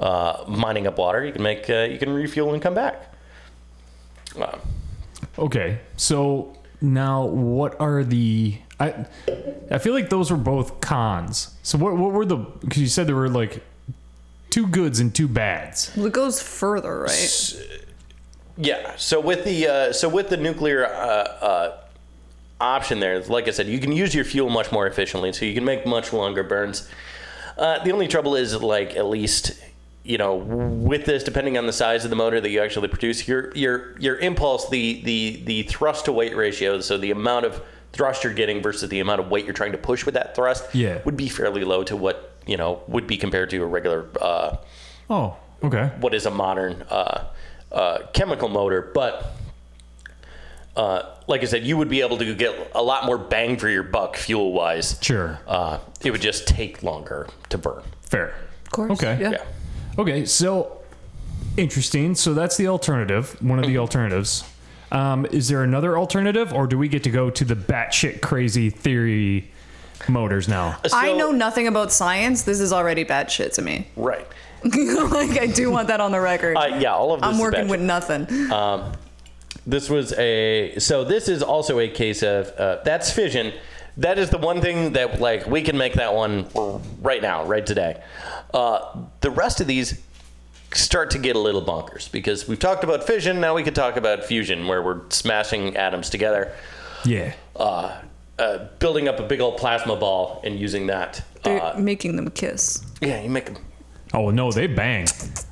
[SPEAKER 4] uh, mining up water. You can make uh, you can refuel and come back. Uh,
[SPEAKER 3] Okay. So now what are the I I feel like those were both cons. So what what were the cuz you said there were like two goods and two bads.
[SPEAKER 2] Well, it goes further, right?
[SPEAKER 4] Yeah. So with the uh, so with the nuclear uh, uh, option there, like I said, you can use your fuel much more efficiently, so you can make much longer burns. Uh, the only trouble is, like at least you know, with this, depending on the size of the motor that you actually produce, your your your impulse, the the the thrust to weight ratio, so the amount of thrust you're getting versus the amount of weight you're trying to push with that thrust,
[SPEAKER 3] Yeah.
[SPEAKER 4] would be fairly low to what you know would be compared to a regular. Uh,
[SPEAKER 3] Oh, okay.
[SPEAKER 4] what is a modern uh, uh, chemical motor, but uh, like I said, you would be able to get a lot more bang for your buck fuel wise.
[SPEAKER 3] Sure.
[SPEAKER 4] Uh, it would just take longer to burn.
[SPEAKER 3] Fair.
[SPEAKER 2] Of course.
[SPEAKER 3] Okay.
[SPEAKER 2] Yeah.
[SPEAKER 4] Yeah.
[SPEAKER 3] Okay, so interesting. So that's the alternative, one of the alternatives. Um, is there another alternative or do we get to go to the batshit crazy theory motors now?
[SPEAKER 2] I
[SPEAKER 4] So-
[SPEAKER 2] know nothing about science. This is already bad shit to me.
[SPEAKER 4] Right.
[SPEAKER 2] like I do want that on the record.
[SPEAKER 4] Uh, yeah, all of this
[SPEAKER 2] I'm
[SPEAKER 4] is
[SPEAKER 2] working
[SPEAKER 4] bad. Uh,
[SPEAKER 2] with nothing.
[SPEAKER 4] Um, This was a so this is also a case of uh, that's fission. That is the one thing that like we can make that one right now, right today. Uh, the rest of these start to get a little bonkers because we've talked about fission. Now we could talk about fusion, where we're smashing atoms together,
[SPEAKER 3] Yeah.
[SPEAKER 4] uh, uh, building up a big old plasma ball, and using that.
[SPEAKER 2] They're
[SPEAKER 4] Uh,
[SPEAKER 2] making them kiss.
[SPEAKER 4] yeah, you make 'em-
[SPEAKER 3] Oh, no, they bang.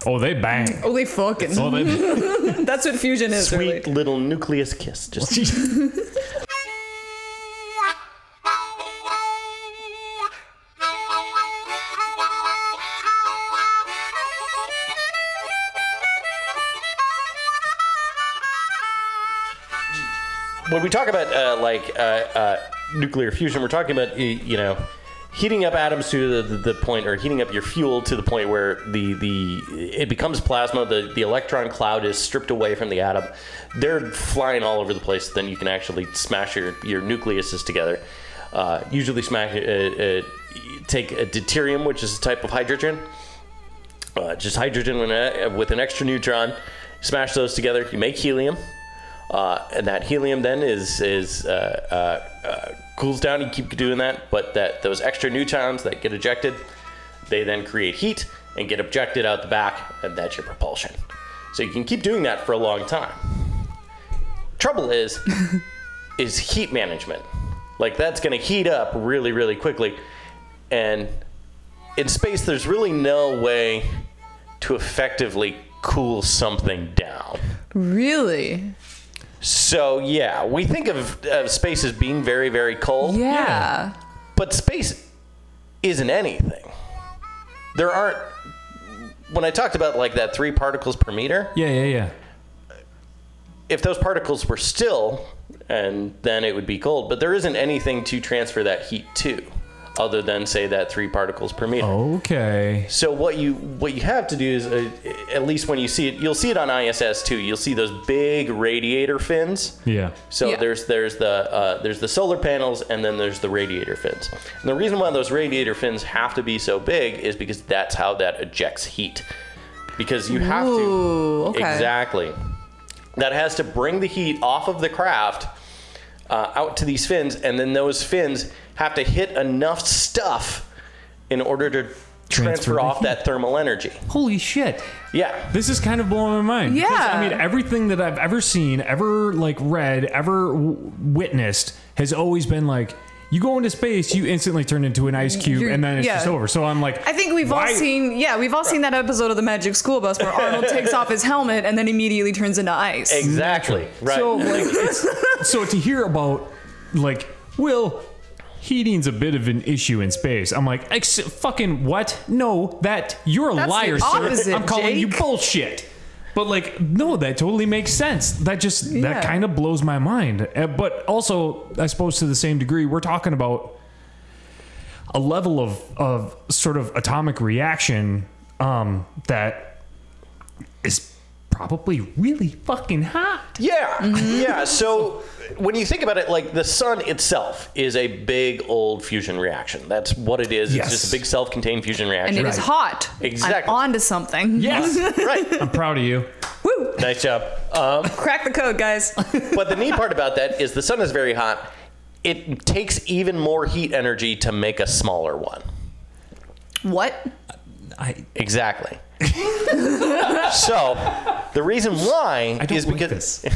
[SPEAKER 3] Oh, they bang.
[SPEAKER 2] Oh, they fucking.
[SPEAKER 3] Oh, they
[SPEAKER 2] That's what fusion is.
[SPEAKER 4] sweet
[SPEAKER 2] really.
[SPEAKER 4] little nucleus kiss. Just when we talk about uh, like uh, uh, nuclear fusion, we're talking about y- you know heating up atoms to the, the point, or heating up your fuel to the point where the, the it becomes plasma. The, the electron cloud is stripped away from the atom. They're flying all over the place. Then you can actually smash your, your nucleuses together. Uh, usually, smash uh, uh, take a deuterium, which is a type of hydrogen. Uh, just hydrogen with an, uh, with an extra neutron. Smash those together. You make helium. Uh, and that helium then is is uh, uh, uh, cools down. You keep doing that, but that those extra neutrons that get ejected, they then create heat and get ejected out the back, and that's your propulsion. So you can keep doing that for a long time. Trouble is, is heat management. Like that's going to heat up really, really quickly, and in space, there's really no way to effectively cool something down.
[SPEAKER 2] Really?
[SPEAKER 4] So yeah, we think of, of space as being very, very cold.
[SPEAKER 2] Yeah.
[SPEAKER 4] But space isn't anything. There aren't. When I talked about like that three particles per meter,
[SPEAKER 3] Yeah, yeah, yeah.
[SPEAKER 4] if those particles were still, and then it would be cold. But there isn't anything to transfer that heat to, other than say that three particles per meter.
[SPEAKER 3] Oh. Okay.
[SPEAKER 4] So what you what you have to do is, uh, at least when you see it, you'll see it on ISS too. You'll see those big radiator fins.
[SPEAKER 3] Yeah.
[SPEAKER 4] So
[SPEAKER 2] Yeah.
[SPEAKER 4] there's there's the uh, there's the solar panels and then there's the radiator fins. And the reason why those radiator fins have to be so big is because that's how that ejects heat. Because you have
[SPEAKER 2] Ooh,
[SPEAKER 4] to
[SPEAKER 2] okay.
[SPEAKER 4] exactly that has to bring the heat off of the craft uh, out to these fins, and then those fins have to hit enough stuff in order to transfer,
[SPEAKER 3] the
[SPEAKER 4] off
[SPEAKER 3] heat.
[SPEAKER 4] that thermal energy.
[SPEAKER 3] Holy shit.
[SPEAKER 4] Yeah.
[SPEAKER 3] This is kind of blowing my mind. because,
[SPEAKER 2] Yeah.
[SPEAKER 3] I mean, everything that I've ever seen, ever like read, ever w- witnessed has always been like you go into space, you instantly turn into an ice cube,
[SPEAKER 2] You're-
[SPEAKER 3] and then it's
[SPEAKER 2] yeah.
[SPEAKER 3] just over. So I'm like,
[SPEAKER 2] I think we've
[SPEAKER 3] why-
[SPEAKER 2] all seen, yeah, we've all seen that episode of the Magic School Bus where Arnold takes off his helmet and then immediately turns into ice.
[SPEAKER 4] Exactly. Right.
[SPEAKER 3] So like, it's, so to hear about like, well, heating's a bit of an issue in space. I'm like, ex- fucking what? No, that you're a
[SPEAKER 2] That's the
[SPEAKER 3] liar, sir.
[SPEAKER 2] opposite,
[SPEAKER 3] I'm calling you
[SPEAKER 2] Jake.
[SPEAKER 3] bullshit. But like, no, that totally makes sense. That just
[SPEAKER 2] Yeah.
[SPEAKER 3] that kind of blows my mind. Uh, But also, I suppose to the same degree, we're talking about a level of of sort of atomic reaction um, that is probably really fucking hot.
[SPEAKER 4] Yeah, yeah. So when you think about it, like the sun itself is a big old fusion reaction. That's what it is.
[SPEAKER 3] Yes.
[SPEAKER 4] It's just a big self-contained fusion
[SPEAKER 2] And
[SPEAKER 4] reaction.
[SPEAKER 2] it is
[SPEAKER 3] Right.
[SPEAKER 2] hot.
[SPEAKER 4] Exactly.
[SPEAKER 2] I'm onto something.
[SPEAKER 3] Yes.
[SPEAKER 4] right.
[SPEAKER 3] I'm proud of you.
[SPEAKER 2] Woo!
[SPEAKER 4] Nice job. Um,
[SPEAKER 2] Crack the code, guys.
[SPEAKER 4] but the neat part about that is the sun is very hot. It takes even more heat energy to make a smaller one.
[SPEAKER 2] what?
[SPEAKER 3] I,
[SPEAKER 4] Exactly. so the reason why
[SPEAKER 3] I don't
[SPEAKER 4] is
[SPEAKER 3] like
[SPEAKER 4] because
[SPEAKER 3] this.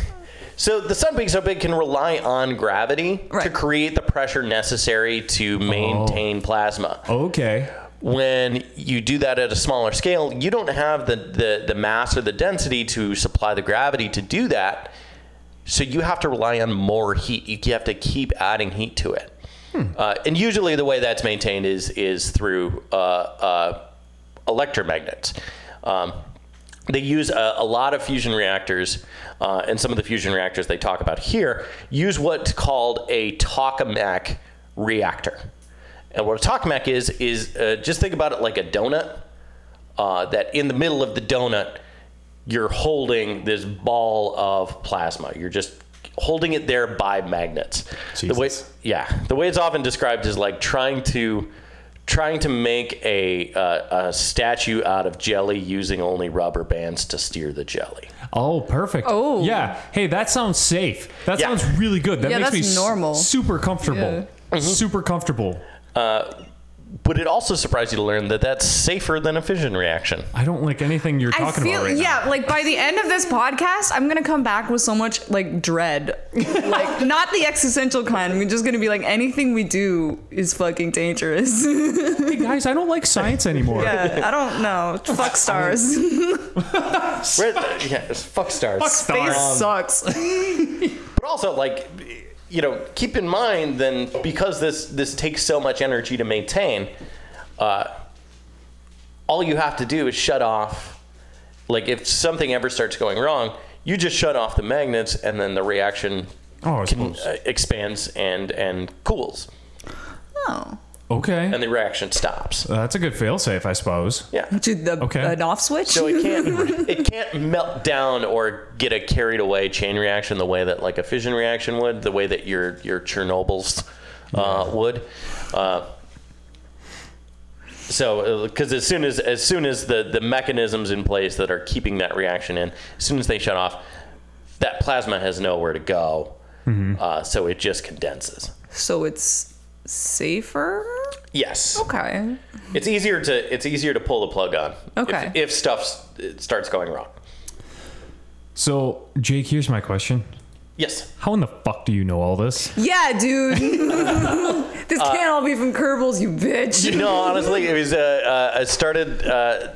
[SPEAKER 4] So the sun being so big can rely on gravity to
[SPEAKER 2] Right.
[SPEAKER 4] create the pressure necessary to maintain plasma.
[SPEAKER 3] Okay.
[SPEAKER 4] When you do that at a smaller scale, you don't have the, the, the mass or the density to supply the gravity to do that. So you have to rely on more heat. You have to keep adding heat to it. Uh, and usually the way that's maintained is is through uh, uh, electromagnets. Um, they use a, a lot of fusion reactors, uh, and some of the fusion reactors they talk about here use what's called a tokamak reactor. And what a tokamak is is uh, just think about it like a donut. Uh, that in the middle of the donut, you're holding this ball of plasma. You're just holding it there by magnets. The way,
[SPEAKER 3] Jesus.
[SPEAKER 4] yeah, the way it's often described is like trying to trying to make a uh, a statue out of jelly using only rubber bands to steer the jelly.
[SPEAKER 3] Oh, perfect.
[SPEAKER 2] Oh.
[SPEAKER 3] Yeah. Hey, that sounds safe. That
[SPEAKER 4] Yeah.
[SPEAKER 3] sounds really good. That
[SPEAKER 2] Yeah,
[SPEAKER 3] makes
[SPEAKER 2] that's
[SPEAKER 3] me s-
[SPEAKER 2] normal.
[SPEAKER 3] super comfortable. Super comfortable.
[SPEAKER 4] Uh, But it also surprised you to learn that that's safer than a fission reaction.
[SPEAKER 3] I don't like anything you're
[SPEAKER 2] I
[SPEAKER 3] talking
[SPEAKER 2] feel
[SPEAKER 3] about right
[SPEAKER 2] yeah, like by the end of this podcast, I'm gonna come back with so much like dread, like not the existential kind. I'm just gonna be like, anything we do is fucking dangerous.
[SPEAKER 3] now. Hey guys, I don't like science anymore.
[SPEAKER 2] yeah, I don't know. Fuck stars.
[SPEAKER 4] Where- yeah, it's fuck stars.
[SPEAKER 2] Space
[SPEAKER 3] Stars.
[SPEAKER 2] sucks.
[SPEAKER 4] But also, like, you know, keep in mind then because this this takes so much energy to maintain, uh, all you have to do is shut off. Like, if something ever starts going wrong, you just shut off the magnets, and then the reaction
[SPEAKER 3] Oh, I
[SPEAKER 4] can,
[SPEAKER 3] suppose.
[SPEAKER 4] uh, expands and and cools.
[SPEAKER 2] Oh,
[SPEAKER 3] Okay.
[SPEAKER 4] and the reaction stops.
[SPEAKER 3] Uh, that's a good failsafe, I suppose.
[SPEAKER 4] Yeah.
[SPEAKER 2] to the
[SPEAKER 3] Okay.
[SPEAKER 2] an off switch.
[SPEAKER 4] So it can't it can't melt down or get a carried away chain reaction the way that like a fission reaction would, the way that your your Chernobyls uh, would. Uh, so, because as soon as as soon as the the mechanisms in place that are keeping that reaction in, as soon as they shut off, that plasma has nowhere to go.
[SPEAKER 2] Mm-hmm.
[SPEAKER 4] Uh, so it just condenses.
[SPEAKER 2] so it's safer.
[SPEAKER 4] Yes.
[SPEAKER 2] Okay.
[SPEAKER 4] It's easier to it's easier to pull the plug on.
[SPEAKER 2] Okay.
[SPEAKER 4] If, if stuff s- starts going wrong.
[SPEAKER 3] So, Jake, here's my question.
[SPEAKER 4] Yes.
[SPEAKER 3] How in the fuck do you know all this?
[SPEAKER 2] Yeah, dude. this
[SPEAKER 4] Uh,
[SPEAKER 2] can't all be from Kerbals, you bitch.
[SPEAKER 4] No, honestly, it was. Uh, uh, I started. Uh,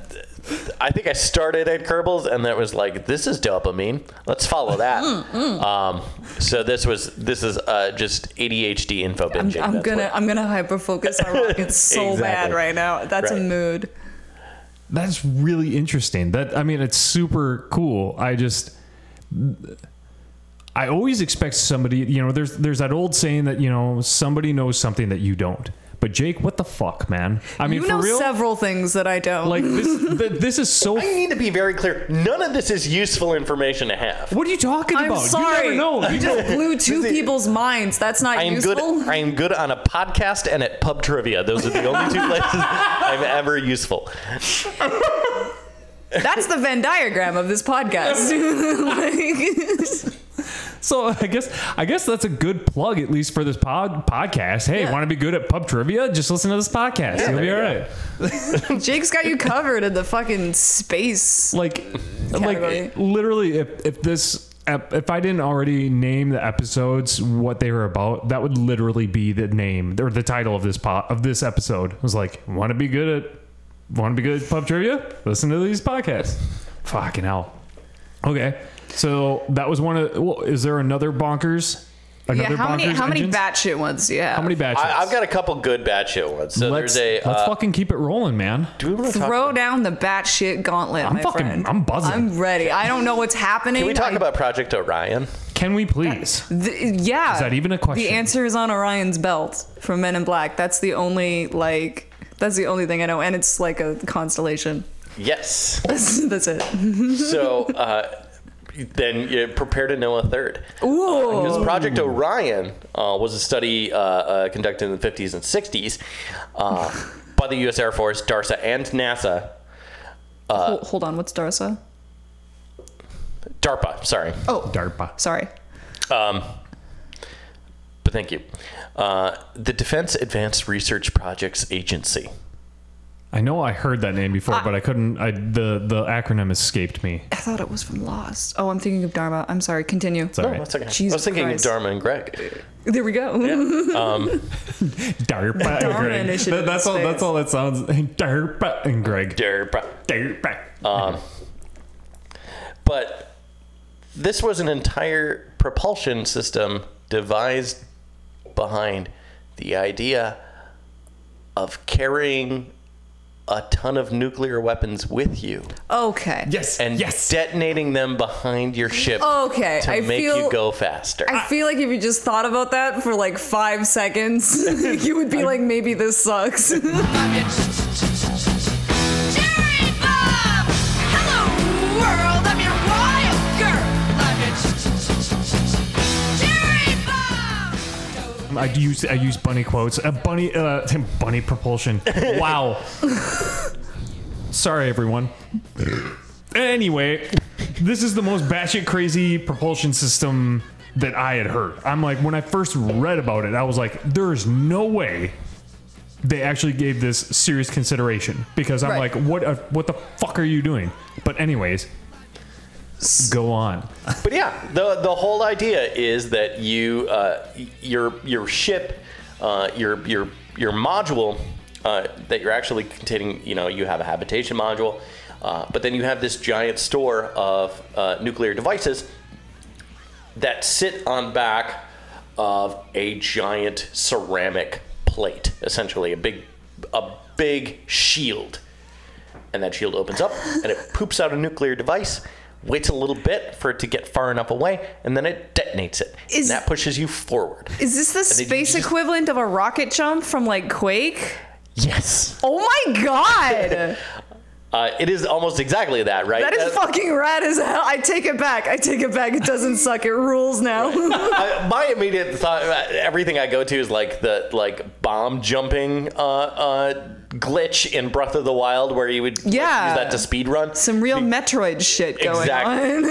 [SPEAKER 4] I think I started at Kerbals, and that was like, "This is dopamine. Let's follow
[SPEAKER 2] Mm,
[SPEAKER 4] that." Um, so this was. This is uh, just ADHD info
[SPEAKER 2] I'm,
[SPEAKER 4] binging.
[SPEAKER 2] I'm
[SPEAKER 4] That's
[SPEAKER 2] gonna
[SPEAKER 4] what-
[SPEAKER 2] I'm gonna hyper focus on rockets so bad
[SPEAKER 4] Exactly.
[SPEAKER 2] right now. That's a
[SPEAKER 4] Right.
[SPEAKER 2] mood.
[SPEAKER 3] That's really interesting. That I mean, it's super cool. I just I always expect somebody, you know, there's there's that old saying that, you know, somebody knows something that you don't. But Jake, what the fuck, man? I mean,
[SPEAKER 2] you
[SPEAKER 3] for
[SPEAKER 2] know
[SPEAKER 3] real?
[SPEAKER 2] several things that I don't.
[SPEAKER 3] like this th- this is so
[SPEAKER 4] I need to be very clear. None of this is useful information to have.
[SPEAKER 3] What are you talking
[SPEAKER 2] I'm
[SPEAKER 3] about?
[SPEAKER 2] sorry.
[SPEAKER 3] You never know. You
[SPEAKER 2] just blew two
[SPEAKER 4] This is-
[SPEAKER 2] people's minds. That's not
[SPEAKER 4] I am
[SPEAKER 2] useful.
[SPEAKER 4] good. I am good on a podcast and at pub trivia. Those are the only two places I'm ever useful.
[SPEAKER 2] That's the Venn diagram of this podcast. Like-
[SPEAKER 3] So I guess I guess that's a good plug at least for this pod podcast. Hey,
[SPEAKER 2] Yeah.
[SPEAKER 3] want to be good at pub trivia? Just listen to this podcast. You'll be all
[SPEAKER 4] there you
[SPEAKER 3] right.
[SPEAKER 4] go.
[SPEAKER 2] Jake's got you covered in the fucking space.
[SPEAKER 3] Like
[SPEAKER 2] Category.
[SPEAKER 3] like literally if if this ep- if I didn't already name the episodes what they were about, that would literally be the name or the title of this pod of this episode. It was like, want to be good at want to be good at pub trivia? Listen to these podcasts. Fucking hell. Okay. So that was one of well, is there another bonkers? Another
[SPEAKER 2] yeah, how many
[SPEAKER 3] bonkers
[SPEAKER 2] how many
[SPEAKER 3] engines?
[SPEAKER 2] batshit ones do you have?
[SPEAKER 3] How many batches?
[SPEAKER 4] I, I've got a couple good batshit ones. So
[SPEAKER 3] let's,
[SPEAKER 4] there's a.
[SPEAKER 3] let's
[SPEAKER 4] uh,
[SPEAKER 3] fucking keep it rolling, man.
[SPEAKER 4] do we wanna talk
[SPEAKER 2] Throw
[SPEAKER 4] about-
[SPEAKER 2] down the batshit gauntlet,
[SPEAKER 3] I'm
[SPEAKER 2] my
[SPEAKER 3] fucking-
[SPEAKER 2] friend.
[SPEAKER 3] I'm buzzing.
[SPEAKER 2] I'm ready. I don't know what's happening.
[SPEAKER 4] Can we talk
[SPEAKER 2] I-
[SPEAKER 4] about Project Orion?
[SPEAKER 3] Can we please?
[SPEAKER 2] Th- yeah.
[SPEAKER 3] Is that even a
[SPEAKER 2] The
[SPEAKER 3] question?
[SPEAKER 2] answer is on Orion's belt from Men in Black. That's the only like. That's the only thing I know, and it's like a constellation.
[SPEAKER 4] Yes.
[SPEAKER 2] That's, that's it.
[SPEAKER 4] so uh, then you prepare to know a third.
[SPEAKER 2] Ooh.
[SPEAKER 4] Because Project Orion uh, was a study uh, uh, conducted in the 50s and 60s uh, by the U.S. Air Force, DARSA, and NASA. Uh,
[SPEAKER 2] hold, hold on. What's Darsa?
[SPEAKER 4] DARPA, sorry.
[SPEAKER 2] Oh,
[SPEAKER 3] DARPA.
[SPEAKER 2] sorry.
[SPEAKER 4] Um, but thank you. Uh, the Defense Advanced Research Projects Agency.
[SPEAKER 3] I know I heard that name before, but I couldn't. I the the acronym escaped me.
[SPEAKER 2] I thought it was from Lost. Oh, I'm thinking of Dharma. I'm sorry. Continue.
[SPEAKER 3] Sorry,
[SPEAKER 4] That's okay. I
[SPEAKER 2] Jesus
[SPEAKER 4] was thinking
[SPEAKER 2] Christ.
[SPEAKER 4] of Dharma and Greg.
[SPEAKER 2] There we go.
[SPEAKER 3] DARPA.
[SPEAKER 2] Dharma
[SPEAKER 3] and Greg.
[SPEAKER 2] initiative
[SPEAKER 3] That- that's all.
[SPEAKER 2] states.
[SPEAKER 3] That's all that sounds. DARPA and Greg.
[SPEAKER 4] DARPA. Uh,
[SPEAKER 3] DARPA.
[SPEAKER 4] But this was an entire propulsion system devised behind the idea of carrying a ton of nuclear weapons with you
[SPEAKER 2] Uh, Okay.
[SPEAKER 3] yes.
[SPEAKER 4] and
[SPEAKER 3] yes.
[SPEAKER 4] detonating them behind your ship
[SPEAKER 2] Okay.
[SPEAKER 4] to
[SPEAKER 2] I
[SPEAKER 4] make
[SPEAKER 2] feel.
[SPEAKER 4] you go faster.
[SPEAKER 2] I feel like if you just thought about that for like five seconds, you would be like, maybe this sucks.
[SPEAKER 5] Jerry Bob! Hello, world! I'm your wild girl! I'm your Jerry Bob!
[SPEAKER 3] I use I use bunny quotes. Uh, bunny uh bunny propulsion. Wow. Sorry everyone. Anyway, this is the most batshit crazy propulsion system that I had heard. I'm like when I first read about it, I was like there is no way they actually gave this serious consideration because I'm like
[SPEAKER 2] Right.
[SPEAKER 3] what uh, what the fuck are you doing? But anyways, go on.
[SPEAKER 4] But yeah, the the whole idea is that you uh, y- your your ship, uh, your your your module uh, that you're actually containing. You know, you have a habitation module, uh, but then you have this giant store of uh, nuclear devices that sit on back of a giant ceramic plate, essentially a big a big shield and that shield opens up and it poops out a nuclear device waits a little bit for it to get far enough away, and then it detonates it.
[SPEAKER 2] Is-
[SPEAKER 4] and that pushes you forward.
[SPEAKER 2] Is this the
[SPEAKER 4] then you
[SPEAKER 2] space
[SPEAKER 4] just-
[SPEAKER 2] equivalent of a rocket jump from like Quake?
[SPEAKER 4] Yes.
[SPEAKER 2] Oh my god!
[SPEAKER 4] Uh, it is almost exactly that, right?
[SPEAKER 2] That is
[SPEAKER 4] That-
[SPEAKER 2] fucking rad as hell. I take it back. I take it back. It doesn't suck. It rules now.
[SPEAKER 4] I, my immediate thought, everything I go to is like the like bomb jumping uh, uh, glitch in Breath of the Wild, where you would like,
[SPEAKER 2] Yeah.
[SPEAKER 4] use that to speed run.
[SPEAKER 2] Some real Metroid shit going
[SPEAKER 4] Exactly.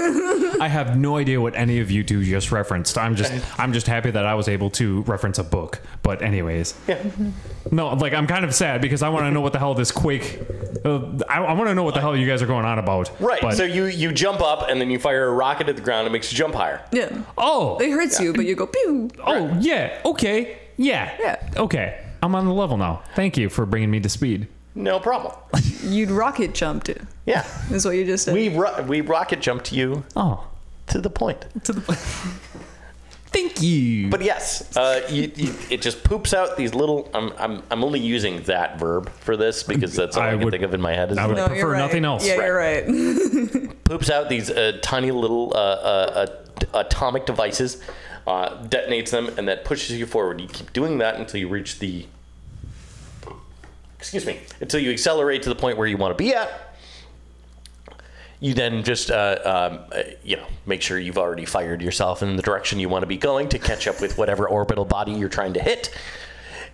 [SPEAKER 2] on.
[SPEAKER 3] I have no idea what any of you two just referenced. I'm just I'm just happy that I was able to reference a book. But anyways, Mm-hmm. no, like I'm kind of sad because I want to know what the hell this quake. Uh, I, I want to know what the hell you guys are going on about.
[SPEAKER 4] Right.
[SPEAKER 3] But,
[SPEAKER 4] so you you jump up and then you fire a rocket at the ground. It makes you jump higher.
[SPEAKER 2] yeah.
[SPEAKER 3] oh,
[SPEAKER 2] It hurts you, but you go pew.
[SPEAKER 3] oh yeah, okay, yeah,
[SPEAKER 2] Yeah.
[SPEAKER 3] okay. I'm on the level now. Thank you for bringing me to speed.
[SPEAKER 4] No problem.
[SPEAKER 2] You'd rocket jumped it.
[SPEAKER 4] Yeah.
[SPEAKER 2] Is what you just said.
[SPEAKER 4] We ro- we rocket jumped you
[SPEAKER 3] Oh,
[SPEAKER 4] to the point.
[SPEAKER 3] to the. Thank you.
[SPEAKER 4] But yes, uh, you, you, it just poops out these little. I'm, I'm, I'm only using that verb for this because that's all I,
[SPEAKER 3] I
[SPEAKER 4] can
[SPEAKER 3] would-
[SPEAKER 4] think of in my head. Is
[SPEAKER 3] I would
[SPEAKER 4] like,
[SPEAKER 2] No, you're
[SPEAKER 3] prefer
[SPEAKER 2] right.
[SPEAKER 3] nothing else.
[SPEAKER 2] Yeah, you're right.
[SPEAKER 4] poops out these uh, tiny little uh, uh, uh, atomic devices, uh, detonates them, and that pushes you forward. You keep doing that until you reach the. Excuse me. Until you accelerate to the point where you want to be at. You then just, uh, um, uh, you know, make sure you've already fired yourself in the direction you want to be going to catch up with whatever orbital body you're trying to hit.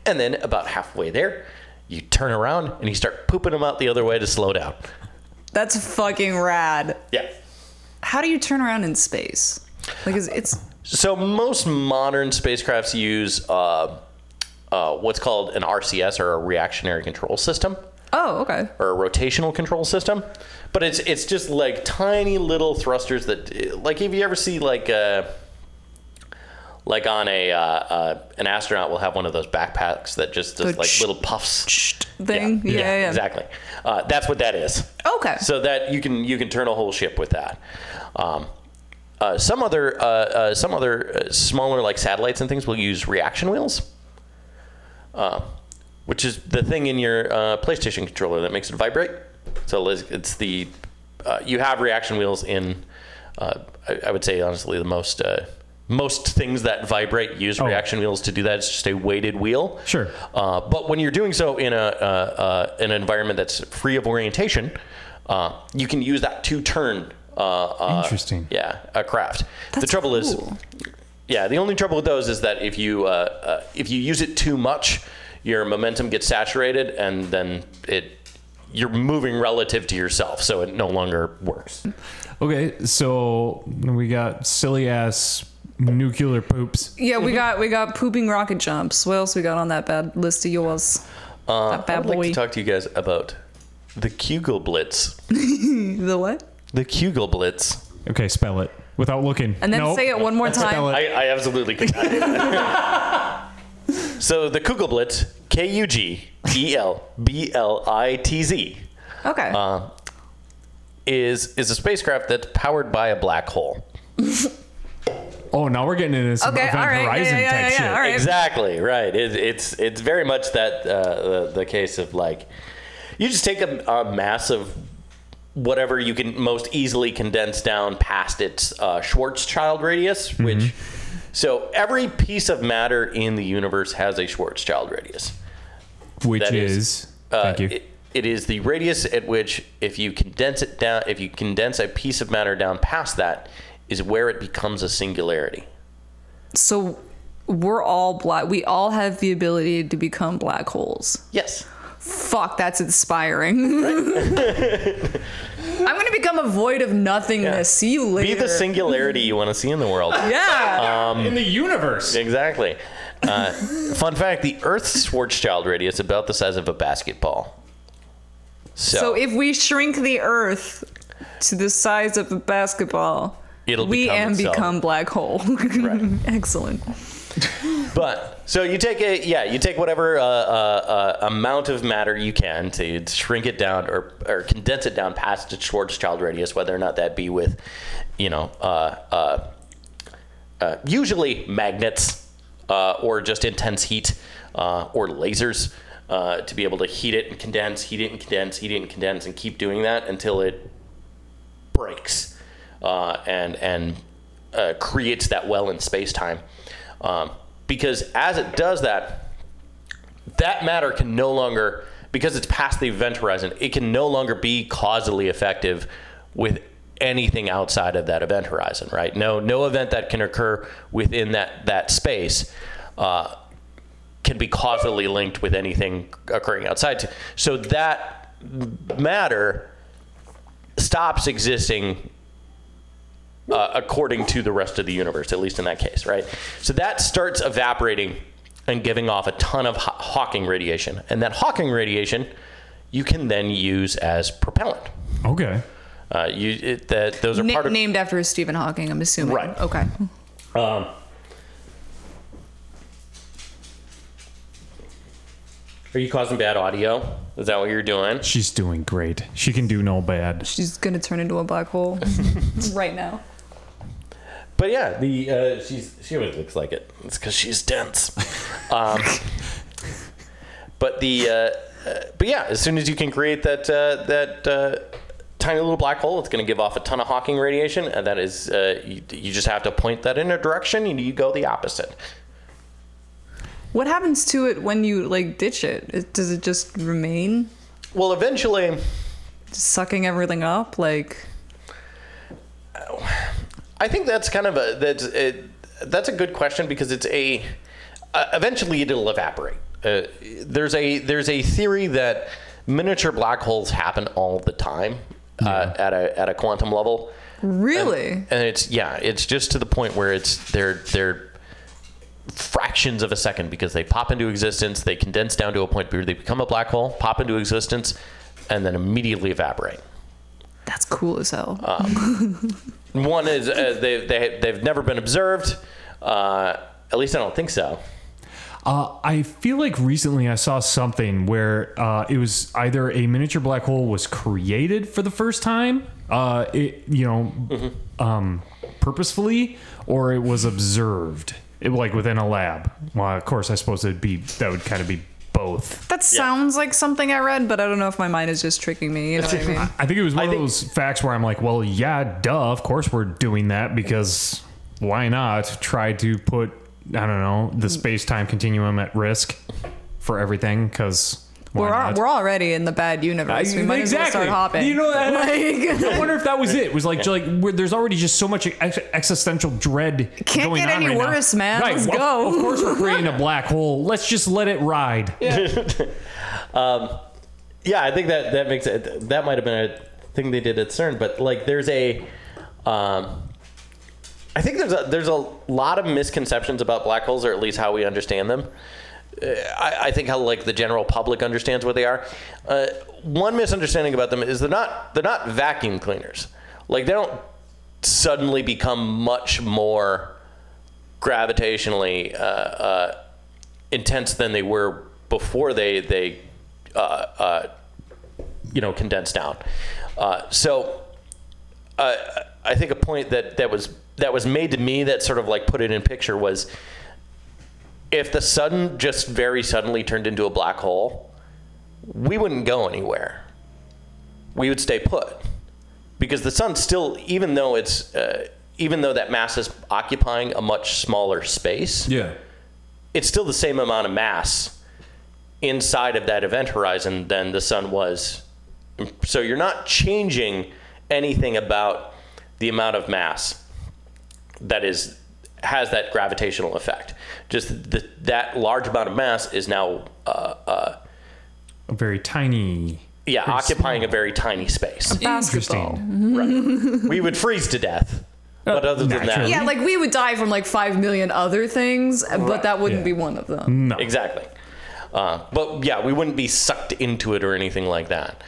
[SPEAKER 4] And then about halfway there, you turn around and you start pooping them out the other way to slow down.
[SPEAKER 2] That's fucking rad.
[SPEAKER 4] Yeah.
[SPEAKER 2] How do you turn around in space? Like it's, it's
[SPEAKER 4] So most modern spacecrafts use uh, uh, what's called an RCS or a reactionary control system
[SPEAKER 2] oh okay.
[SPEAKER 4] or a rotational control system, but it's it's just like tiny little thrusters that like if you ever see like uh, like on a uh, uh, an astronaut will have one of those backpacks that just does
[SPEAKER 2] The
[SPEAKER 4] like
[SPEAKER 2] ch-
[SPEAKER 4] little puffs.
[SPEAKER 2] Thing. Yeah, yeah. yeah.
[SPEAKER 4] exactly. Uh, that's what that is.
[SPEAKER 2] Okay.
[SPEAKER 4] So that you can you can turn a whole ship with that. Um, uh, some other uh, uh, some other uh, smaller like satellites and things will use reaction wheels, uh, which is the thing in your uh, PlayStation controller that makes it vibrate. So it's- it's the uh, you have reaction wheels in. Uh, I, I would say honestly the most. Uh, most things that vibrate use reaction wheels to do that. It's just a weighted wheel.
[SPEAKER 3] Oh. Sure.
[SPEAKER 4] Uh, but when you're doing so in a uh, uh, an environment that's free of orientation, uh, you can use that to turn. Uh, uh,
[SPEAKER 3] Interesting.
[SPEAKER 4] Yeah, a craft. the
[SPEAKER 2] That's
[SPEAKER 4] trouble is,
[SPEAKER 2] cool.
[SPEAKER 4] yeah, the only trouble with those is that if you uh, uh, if you use it too much, your momentum gets saturated, and then it you're moving relative to yourself, so it no longer works.
[SPEAKER 3] Okay, so we got silly ass nuclear poops.
[SPEAKER 2] Yeah,
[SPEAKER 4] Mm-hmm.
[SPEAKER 2] we got we got pooping rocket jumps. What else we got on that bad list of yours?
[SPEAKER 4] Uh,
[SPEAKER 2] That bad
[SPEAKER 4] I would like
[SPEAKER 2] boy.
[SPEAKER 4] to talk to you guys about the Kugel Blitz.
[SPEAKER 2] The what?
[SPEAKER 4] The Kugel Blitz.
[SPEAKER 3] Okay, spell it without looking.
[SPEAKER 2] And then
[SPEAKER 3] Nope.
[SPEAKER 2] say it one more
[SPEAKER 3] Spell
[SPEAKER 2] time.
[SPEAKER 3] it.
[SPEAKER 4] I, I absolutely could not. so the Kugelblitz, K U G E L B L I T Z,
[SPEAKER 2] Okay.
[SPEAKER 4] Uh, is is a spacecraft that's powered by a black hole.
[SPEAKER 3] Oh, now we're getting into some
[SPEAKER 2] okay.
[SPEAKER 3] Event
[SPEAKER 2] All right. Yeah,
[SPEAKER 3] Horizon
[SPEAKER 2] yeah, yeah,
[SPEAKER 3] type
[SPEAKER 2] yeah,
[SPEAKER 3] shit.
[SPEAKER 2] All right.
[SPEAKER 4] Exactly right. It, it's it's very much that uh, the, the case of like you just take a, a mass of whatever you can most easily condense down past its uh, Schwarzschild radius, which so every piece of matter in the universe has a Schwarzschild radius.
[SPEAKER 3] Which
[SPEAKER 4] That
[SPEAKER 3] is, uh,
[SPEAKER 4] is,
[SPEAKER 3] thank you.
[SPEAKER 4] It, it is the radius at which, if you condense it down, if you condense a piece of matter down past that, is where it becomes a singularity.
[SPEAKER 2] So we're all black. We all have the ability to become black holes.
[SPEAKER 4] Yes.
[SPEAKER 2] Fuck, that's inspiring. I'm gonna become a void of nothingness. See you
[SPEAKER 4] Be
[SPEAKER 2] later.
[SPEAKER 4] the singularity you want to see in the world.
[SPEAKER 2] Yeah.
[SPEAKER 3] in the universe.
[SPEAKER 4] Exactly. Uh, fun fact: the Earth's Schwarzschild radius is about the size of a basketball. So,
[SPEAKER 2] so if we shrink the Earth to the size of a basketball,
[SPEAKER 4] It'll
[SPEAKER 2] we
[SPEAKER 4] become
[SPEAKER 2] and
[SPEAKER 4] itself.
[SPEAKER 2] become black hole. Excellent.
[SPEAKER 4] But so you take a yeah, you take whatever uh, uh, uh, amount of matter you can to shrink it down or or condense it down past its Schwarzschild radius, whether or not that be with, you know, uh, uh, uh, usually magnets uh, or just intense heat uh, or lasers. Uh, to be able to heat it and condense, heat it and condense, heat it and condense, and keep doing that until it breaks. uh, and and uh, creates that well in space time. Um, because as it does that, that matter can no longer, because it's past the event horizon, it can no longer be causally effective with anything outside of that event horizon, right? No, no event that can occur within that that space uh, can be causally linked with anything occurring outside. So that matter stops existing uh, according to the rest of the universe, at least in that case, right? So that starts evaporating and giving off a ton of Haw- Hawking radiation. And that Hawking radiation you can then use as propellant.
[SPEAKER 3] Okay.
[SPEAKER 4] Uh, you, it, that, those are
[SPEAKER 2] Na-
[SPEAKER 4] part of.
[SPEAKER 2] named after Stephen Hawking, I'm assuming.
[SPEAKER 4] Right.
[SPEAKER 2] Okay.
[SPEAKER 4] Are you causing bad audio? Is that what you're doing?
[SPEAKER 3] She's doing great. She can do no bad.
[SPEAKER 2] She's gonna turn into a black hole right now.
[SPEAKER 4] But yeah, the uh, she's she always looks like it. It's because she's dense. Um, but the uh, uh, but yeah, as soon as you can create that uh, that uh, tiny little black hole, it's going to give off a ton of Hawking radiation, and that is uh, you, you just have to point that in a direction, and you go the opposite.
[SPEAKER 2] What happens to it when you like ditch it? it? Does it just remain
[SPEAKER 4] Well, eventually,
[SPEAKER 2] sucking everything up? Like
[SPEAKER 4] I think that's kind of a that's it, that's a good question because it's a uh, eventually it'll evaporate. Uh, there's a there's a theory that miniature black holes happen all the time uh, at a at a quantum level,
[SPEAKER 2] really?
[SPEAKER 4] and it's yeah it's just to the point where it's they're they're fractions of a second because they pop into existence, they condense down to a point where they become a black hole, pop into existence, and then immediately evaporate.
[SPEAKER 2] That's cool as hell.
[SPEAKER 4] Uh, One is uh, they, they, they've never been observed. Uh, at least I don't think so.
[SPEAKER 3] Uh, I feel like recently I saw something where uh, it was either a miniature black hole was created for the first time, uh, it, you know, um, purposefully, or it was observed, it, like within a lab. Well, of course, I suppose it'd be that would kind of be both.
[SPEAKER 2] that sounds like something I read, but I don't know if my mind is just tricking me. You know what I mean?
[SPEAKER 3] I think it was one
[SPEAKER 4] I
[SPEAKER 3] of
[SPEAKER 4] think-
[SPEAKER 3] those facts where I'm like, well, yeah, duh, of course we're doing that because why not try to put I don't know
[SPEAKER 4] Mm.
[SPEAKER 3] the space time continuum at risk for everything because
[SPEAKER 2] We're, al- we're already in the bad universe. We might as well start hopping.
[SPEAKER 3] You know, and I, I
[SPEAKER 2] like,
[SPEAKER 3] wonder if that was it. It was like, like where there's already just so much ex- existential dread.
[SPEAKER 2] Can't
[SPEAKER 3] going
[SPEAKER 2] get
[SPEAKER 3] on
[SPEAKER 2] any
[SPEAKER 3] right now.
[SPEAKER 2] worse, man.
[SPEAKER 3] Right,
[SPEAKER 2] Let's
[SPEAKER 3] of-
[SPEAKER 2] go.
[SPEAKER 3] Of course, we're creating a black hole. Let's just let it ride.
[SPEAKER 4] Yeah, I think that that makes it. That might have been a thing they did at CERN, but like there's a. Um, I think there's a there's a lot of misconceptions about black holes, or at least how we understand them. Uh, I, I think how like the general public understands what they are. Uh, one misunderstanding about them is they're not they're not vacuum cleaners. Like they don't suddenly become much more gravitationally uh, uh, intense than they were before they they uh, uh, you know condensed down. Uh, so uh, I think a point that that was that was made to me that sort of like put it in picture was if the sun just very suddenly turned into a black hole, we wouldn't go anywhere. We would stay put because the sun still, even though it's uh, even though that mass is occupying a much smaller space,
[SPEAKER 3] Yeah.
[SPEAKER 4] it's still the same amount of mass inside of that event horizon than the sun was. So you're not changing anything about the amount of mass that is has that gravitational effect. Just the, that large amount of mass is now, uh, uh,
[SPEAKER 3] A very tiny.
[SPEAKER 4] yeah, occupying a very tiny space.
[SPEAKER 2] basketball.
[SPEAKER 3] Interesting.
[SPEAKER 4] we would freeze to death, but other than that,
[SPEAKER 3] naturally.
[SPEAKER 2] Yeah, like we would die from like five million other things, but that wouldn't
[SPEAKER 3] Yeah.
[SPEAKER 2] be one of them.
[SPEAKER 3] No.
[SPEAKER 4] exactly. Uh, but yeah, we wouldn't be sucked into it or anything like that.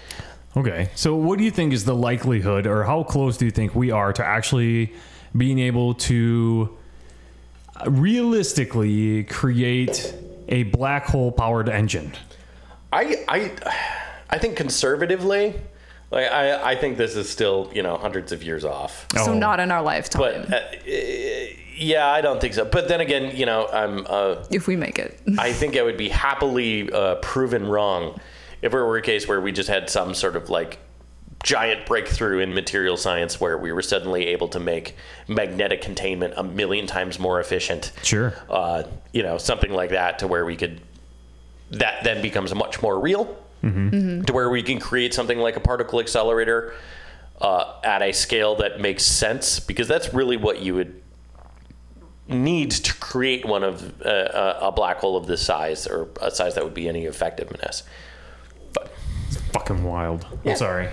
[SPEAKER 3] Okay. So, what do you think is the likelihood, or how close do you think we are to actually being able to uh, realistically create a black hole powered engine?
[SPEAKER 4] I I I think conservatively, like I I think this is still you know hundreds of years off.
[SPEAKER 2] So
[SPEAKER 3] Oh.
[SPEAKER 2] not in our lifetime,
[SPEAKER 4] But uh, eh, yeah, I don't think so. But then again, you know, I'm uh,
[SPEAKER 2] if we make it.
[SPEAKER 4] I think I would be happily uh, proven wrong if it were a case where we just had some sort of like giant breakthrough in material science where we were suddenly able to make magnetic containment a million times more efficient.
[SPEAKER 3] Sure.
[SPEAKER 4] Uh, you know, something like that to where we could, that then becomes much more real to where we can create something like a particle accelerator uh, at a scale that makes sense because that's really what you would need to create one of uh, a black hole of this size or a size that would be any effectiveness. But
[SPEAKER 3] Fucking wild. I'm sorry.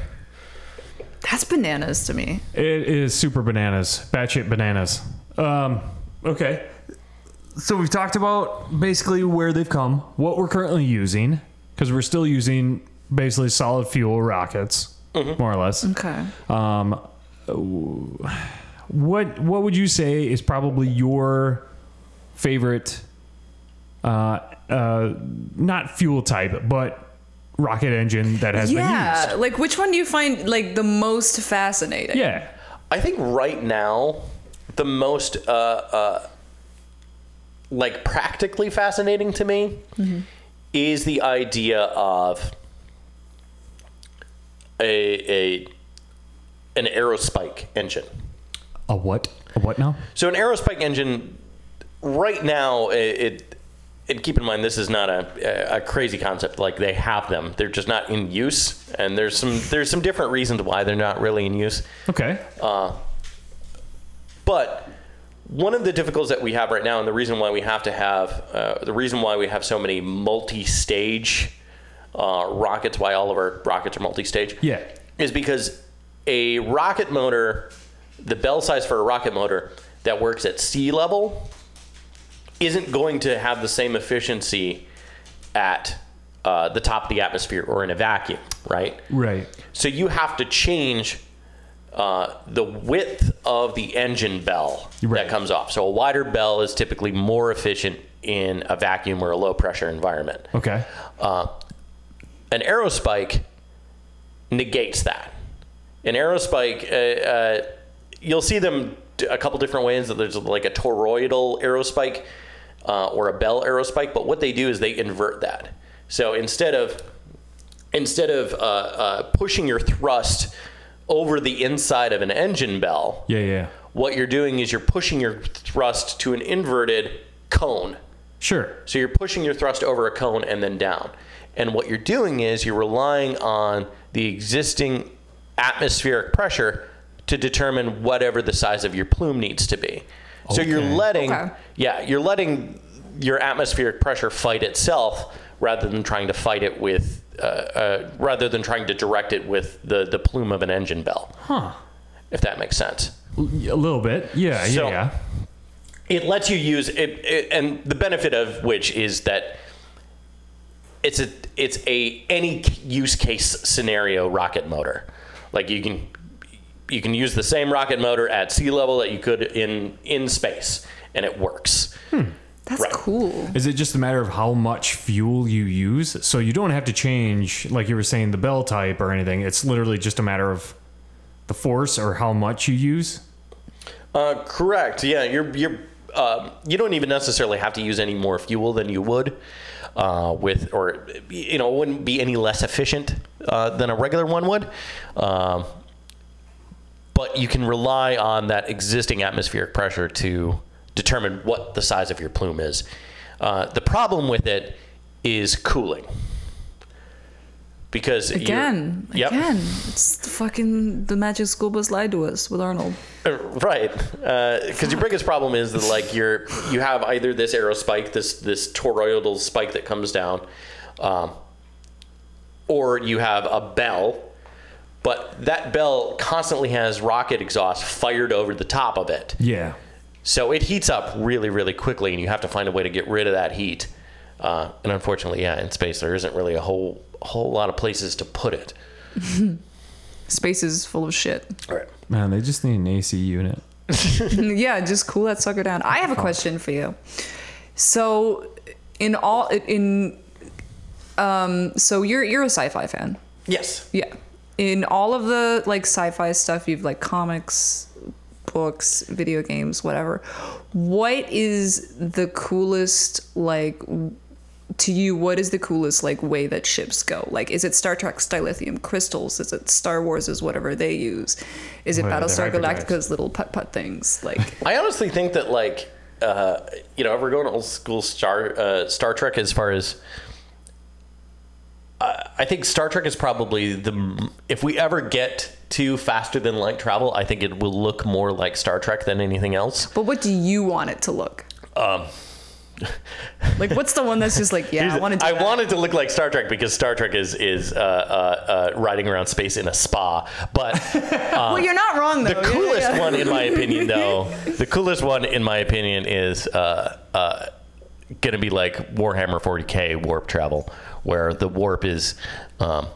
[SPEAKER 2] That's bananas to me.
[SPEAKER 3] It is super bananas, batshit bananas. Um, okay. So we've talked about basically where they've come, what we're currently using, because we're still using basically solid fuel rockets,
[SPEAKER 2] Mm-hmm.
[SPEAKER 3] more or less.
[SPEAKER 2] Okay.
[SPEAKER 3] Um, ooh. what what would you say is probably your favorite, uh, uh, not fuel type, but rocket engine that has been used?
[SPEAKER 2] Yeah. Like, which one do you find like the most fascinating?
[SPEAKER 3] Yeah.
[SPEAKER 4] I think right now the most uh, uh, like practically fascinating to me is the idea of a, a an aerospike engine.
[SPEAKER 3] A what? A what now?
[SPEAKER 4] So an aerospike engine, right now, i- it, it keep in mind this is not a, a crazy concept. Like they have them, they're just not in use, and there's some there's some different reasons why they're not really in use.
[SPEAKER 3] Okay.
[SPEAKER 4] Uh, But one of the difficulties that we have right now, and the reason why we have to have uh, the reason why we have so many multi-stage uh, rockets, why all of our rockets are multi-stage,
[SPEAKER 3] Yeah.
[SPEAKER 4] is because a rocket motor, the bell size for a rocket motor that works at sea level, isn't going to have the same efficiency at uh, the top of the atmosphere or in a vacuum, right?
[SPEAKER 3] Right.
[SPEAKER 4] So you have to change uh, the width of the engine bell
[SPEAKER 3] Right.
[SPEAKER 4] that comes off. So a wider bell is typically more efficient in a vacuum or a low pressure environment.
[SPEAKER 3] Okay.
[SPEAKER 4] Uh, An aerospike negates that. An aerospike, uh, uh, you'll see them d- a couple different ways. There's like a toroidal aerospike uh, or a bell aerospike, but what they do is they invert that. So instead of instead of uh, uh, pushing your thrust over the inside of an engine bell,
[SPEAKER 3] Yeah, yeah.
[SPEAKER 4] what you're doing is you're pushing your thrust to an inverted cone.
[SPEAKER 3] Sure.
[SPEAKER 4] So you're pushing your thrust over a cone and then down. And what you're doing is you're relying on the existing atmospheric pressure to determine whatever the size of your plume needs to be. So you're
[SPEAKER 3] Okay.
[SPEAKER 4] letting
[SPEAKER 2] Okay.
[SPEAKER 4] yeah, you're letting your atmospheric pressure fight itself rather than trying to fight it with uh, uh, rather than trying to direct it with the the plume of an engine bell.
[SPEAKER 3] Huh.
[SPEAKER 4] If that makes sense.
[SPEAKER 3] L- A little bit. Yeah,
[SPEAKER 4] So-
[SPEAKER 3] yeah, yeah.
[SPEAKER 4] it lets you use it, it and the benefit of which is that it's a it's a any use case scenario rocket motor like you can you can use the same rocket motor at sea level that you could in in space and it works
[SPEAKER 2] That's
[SPEAKER 4] Right.
[SPEAKER 2] cool.
[SPEAKER 3] Is it just a matter of how much fuel you use? So you don't have to change, like you were saying, the bell type or anything. It's literally just a matter of the force or how much you use.
[SPEAKER 4] uh, correct yeah you're you're um, you don't even necessarily have to use any more fuel than you would uh, with, or you know, it wouldn't be any less efficient uh, than a regular one would. Um, but you can rely on that existing atmospheric pressure to determine what the size of your plume is. Uh, the problem with it is cooling. Because you're-
[SPEAKER 2] Again,
[SPEAKER 4] Yep.
[SPEAKER 2] again, it's the fucking the Magic School Bus lied to us with Arnold.
[SPEAKER 4] Uh, right because your biggest problem is that like you're you have either this aerospike, this this toroidal spike that comes down um, or you have a bell but that bell constantly has rocket exhaust fired over the top of it
[SPEAKER 3] Yeah.
[SPEAKER 4] so it heats up really really quickly and you have to find a way to get rid of that heat uh, and unfortunately yeah in space there isn't really a whole whole lot of places to put it
[SPEAKER 2] Space is full of shit.
[SPEAKER 4] all right
[SPEAKER 3] Man, they just need an AC unit.
[SPEAKER 2] yeah, just cool that sucker down. I have a question for you. So, in all in um, so you're you're a sci-fi fan.
[SPEAKER 4] yes
[SPEAKER 2] Yeah. In all of the like sci-fi stuff you've like comics, books, video games, whatever. What is the coolest like w- to you, what is the coolest like way that ships go? Like, is it Star Trek's dilithium crystals? Is it Star Wars's whatever they use? Is
[SPEAKER 3] Oh,
[SPEAKER 2] it
[SPEAKER 6] Well, they're
[SPEAKER 2] Battlestar
[SPEAKER 6] hyperdrives.
[SPEAKER 2] Galactica's little putt putt things? Like,
[SPEAKER 4] I honestly think that like uh, you know, if we're going old school Star uh, Star Trek as far as I I think Star Trek is probably the m- if we ever get to faster than light travel, I think it will look more like Star Trek than anything else.
[SPEAKER 2] but what do you want it to look?
[SPEAKER 4] Um,
[SPEAKER 2] Like, what's the one that's just like, yeah, I want to do
[SPEAKER 4] I
[SPEAKER 2] that.
[SPEAKER 4] want it to look like Star Trek because Star Trek is is uh, uh, uh, riding around space in a spa. But um,
[SPEAKER 2] well, you're not wrong though.
[SPEAKER 4] the
[SPEAKER 2] Yeah, yeah,
[SPEAKER 4] coolest
[SPEAKER 2] yeah.
[SPEAKER 4] one, in my opinion, though, the coolest one, in my opinion, is uh, uh, gonna be like Warhammer 40k warp travel, where the warp is um,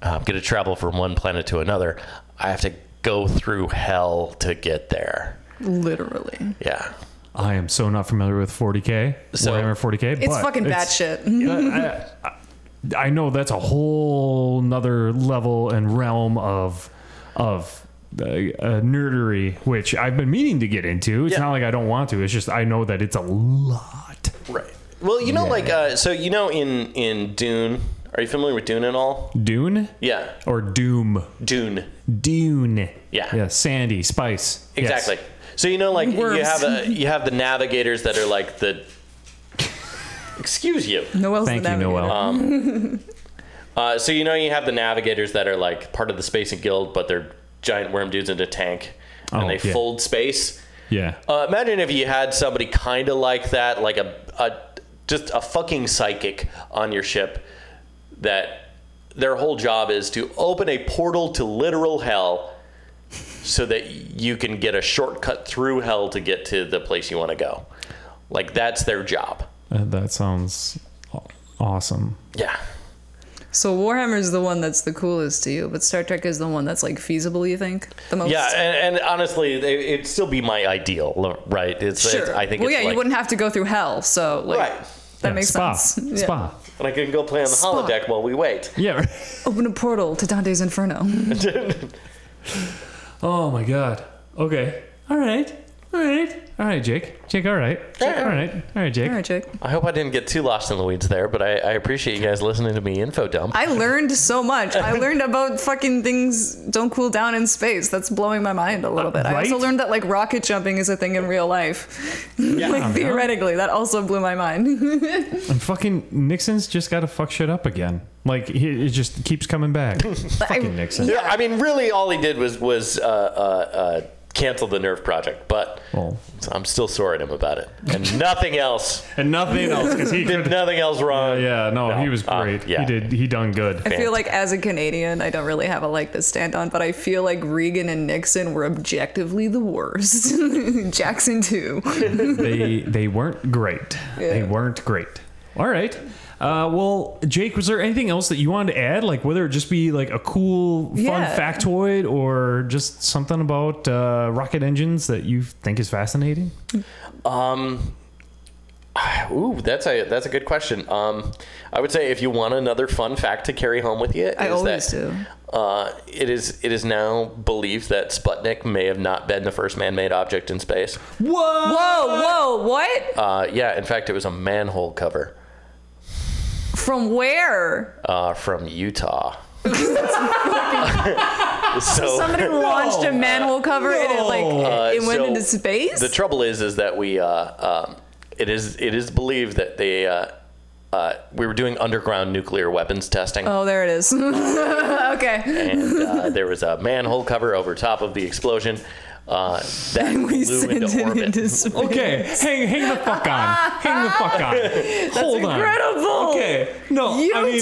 [SPEAKER 4] I'm gonna travel from one planet to another. I have to go through hell to get there.
[SPEAKER 2] Literally,
[SPEAKER 4] Yeah.
[SPEAKER 3] I am so not familiar with 40k.
[SPEAKER 4] So-
[SPEAKER 3] Warhammer 40k.
[SPEAKER 2] it's
[SPEAKER 3] but
[SPEAKER 2] fucking bad shit.
[SPEAKER 3] I know that's a whole nother level and realm of of uh, uh, nerdery, which I've been meaning to get into. It's
[SPEAKER 4] Yeah.
[SPEAKER 3] not like I don't want to. It's just I know that it's a lot.
[SPEAKER 4] Right. Well, you know, like uh, so, you know, in in Dune, are you familiar with Dune at all?
[SPEAKER 3] Dune
[SPEAKER 4] Yeah,
[SPEAKER 3] or Doom.
[SPEAKER 4] Dune.
[SPEAKER 3] Dune.
[SPEAKER 4] Yeah.
[SPEAKER 3] Yeah. Sandy. Spice. Yes.
[SPEAKER 4] Exactly. So you know, like you
[SPEAKER 2] Worms.
[SPEAKER 4] have a you have the navigators that are like the. Excuse you.
[SPEAKER 2] Noel's
[SPEAKER 3] Thank
[SPEAKER 2] the
[SPEAKER 3] you,
[SPEAKER 2] navigator.
[SPEAKER 3] Noel.
[SPEAKER 4] Um, Uh, so you know you have the navigators that are like part of the spacing guild, but they're giant worm dudes in a tank, and
[SPEAKER 3] Oh,
[SPEAKER 4] they
[SPEAKER 3] yeah.
[SPEAKER 4] fold space.
[SPEAKER 3] yeah.
[SPEAKER 4] Uh, imagine if you had somebody kind of like that, like a, a just a fucking psychic on your ship that their whole job is to open a portal to literal hell so that you can get a shortcut through hell to get to the place you want to go. Like that's their job.
[SPEAKER 3] Uh, that sounds aw- awesome.
[SPEAKER 4] Yeah.
[SPEAKER 2] So Warhammer is the one that's the coolest to you, but Star Trek is the one that's like feasible. You think the most?
[SPEAKER 4] Yeah, and, and honestly, it- it'd still be my ideal, right? It's, it's
[SPEAKER 2] sure.
[SPEAKER 4] I think
[SPEAKER 2] Well,
[SPEAKER 4] it's
[SPEAKER 2] yeah,
[SPEAKER 4] like,
[SPEAKER 2] you wouldn't have to go through hell, so like
[SPEAKER 4] Right.
[SPEAKER 2] that
[SPEAKER 3] Yeah,
[SPEAKER 2] makes
[SPEAKER 3] spa.
[SPEAKER 2] sense.
[SPEAKER 3] Spa.
[SPEAKER 4] and I can go play on the
[SPEAKER 2] Spock.
[SPEAKER 4] holodeck while we wait.
[SPEAKER 3] Yeah. right.
[SPEAKER 2] Yeah. Open a portal to Dante's Inferno.
[SPEAKER 3] Oh my god. Okay. All right. All right. All right, Jake. Jake. All right. Jake. All right. All right, Jake.
[SPEAKER 2] All right, Jake.
[SPEAKER 4] I hope I didn't get too lost in the weeds there, but I, I appreciate you guys listening to me info dump.
[SPEAKER 2] I learned so much. I learned about fucking things don't cool down in space. That's blowing my mind a little bit. I also
[SPEAKER 3] Uh, Right?
[SPEAKER 2] learned that like rocket jumping is a thing in real life. like
[SPEAKER 3] man.
[SPEAKER 2] theoretically, that also blew my mind.
[SPEAKER 3] And fucking Nixon's just got to fuck shit up again. Like he, it just keeps coming back. fucking Nixon.
[SPEAKER 4] yeah, I mean, really, all he did was was uh, uh, uh, cancel the Nerve project, but
[SPEAKER 2] Oh.
[SPEAKER 3] Well,
[SPEAKER 4] I'm still sorry to him about it, and nothing else.
[SPEAKER 3] and nothing else because he
[SPEAKER 4] Did
[SPEAKER 3] could.
[SPEAKER 4] nothing else wrong.
[SPEAKER 3] Yeah, no, Ah, he was
[SPEAKER 4] uh,
[SPEAKER 3] great.
[SPEAKER 4] yeah.
[SPEAKER 3] He did. He done good.
[SPEAKER 2] I feel like as a Canadian, I don't really have a like to stand on, but I feel like Reagan and Nixon were objectively the worst. Jackson too.
[SPEAKER 3] they they weren't great. They weren't great. All right. Uh, well, Jake, was there anything else that you wanted to add? Like whether it just be like a cool, fun
[SPEAKER 2] Yeah.
[SPEAKER 3] factoid or just something about uh, rocket engines that you think is fascinating?
[SPEAKER 4] Um, ooh, that's a that's a good question. Um, I would say if you want another fun fact to carry home with you,
[SPEAKER 2] I
[SPEAKER 4] is
[SPEAKER 2] always
[SPEAKER 4] that,
[SPEAKER 2] do.
[SPEAKER 4] Uh, it is it is now believed that Sputnik may have not been the first man-made object in space.
[SPEAKER 3] Whoa!
[SPEAKER 2] Whoa, whoa, what?
[SPEAKER 4] Uh, yeah, in fact, it was a manhole cover
[SPEAKER 2] From where?
[SPEAKER 4] uh, from Utah. so
[SPEAKER 2] Somebody launched a manhole cover and it like
[SPEAKER 4] Uh,
[SPEAKER 2] it went
[SPEAKER 4] so
[SPEAKER 2] into space.
[SPEAKER 4] The trouble is, is that we, uh, um, it is, it is believed that they, uh, uh, we were doing underground nuclear weapons testing,
[SPEAKER 2] oh, there it is. okay.
[SPEAKER 4] and uh, there was a manhole cover over top of the explosion uh, that
[SPEAKER 2] We
[SPEAKER 4] blew
[SPEAKER 2] sent
[SPEAKER 4] into
[SPEAKER 2] it
[SPEAKER 4] orbit.
[SPEAKER 2] into space.
[SPEAKER 3] Okay, hang hang the fuck on. Hang the fuck on. Hold on.
[SPEAKER 2] incredible.
[SPEAKER 3] Okay. No.
[SPEAKER 2] Utah.
[SPEAKER 3] I mean,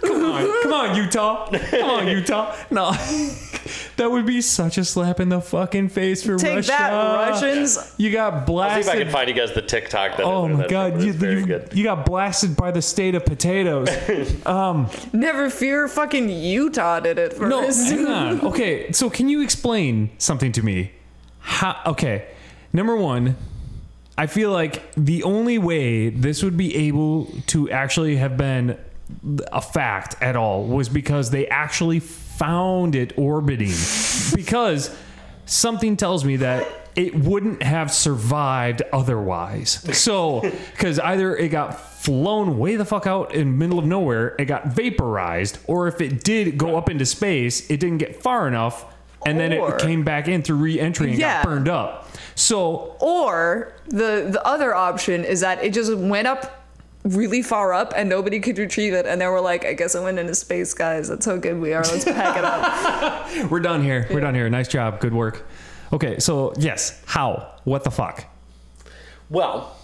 [SPEAKER 3] come on. Come on, Utah. Come on, Utah. No. that would be such a slap in the fucking face for
[SPEAKER 2] Take
[SPEAKER 3] Russia.
[SPEAKER 2] that, Russians.
[SPEAKER 3] You got
[SPEAKER 4] See
[SPEAKER 3] blasted.
[SPEAKER 4] if I can find you guys the TikTok. That
[SPEAKER 3] Oh my
[SPEAKER 4] that-
[SPEAKER 3] God!
[SPEAKER 4] that
[SPEAKER 3] You,
[SPEAKER 4] was very
[SPEAKER 3] you,
[SPEAKER 4] good.
[SPEAKER 3] you got blasted by the state of potatoes.
[SPEAKER 2] Never fear, fucking Utah did it first.
[SPEAKER 3] No, hang on. Okay, so can you explain something to me? How, okay, number one, I feel like the only way this would be able to actually have been a fact at all was because they actually found it orbiting. because something tells me that it wouldn't have survived otherwise. So, because either it got flown way the fuck out in the middle of nowhere, it got vaporized, or if it did go up into space, it didn't get far enough, and then
[SPEAKER 2] Or-
[SPEAKER 3] it came back in through re-entry and
[SPEAKER 2] Yeah.
[SPEAKER 3] got burned up. So,
[SPEAKER 2] Or the the other option is that it just went up really far up and nobody could retrieve it and they were like, I guess it went into space, guys. That's how good we are. Let's pack it up.
[SPEAKER 3] we're done here. We're done here. Nice job. Good work. Okay, so yes, how? What the fuck?
[SPEAKER 4] Well,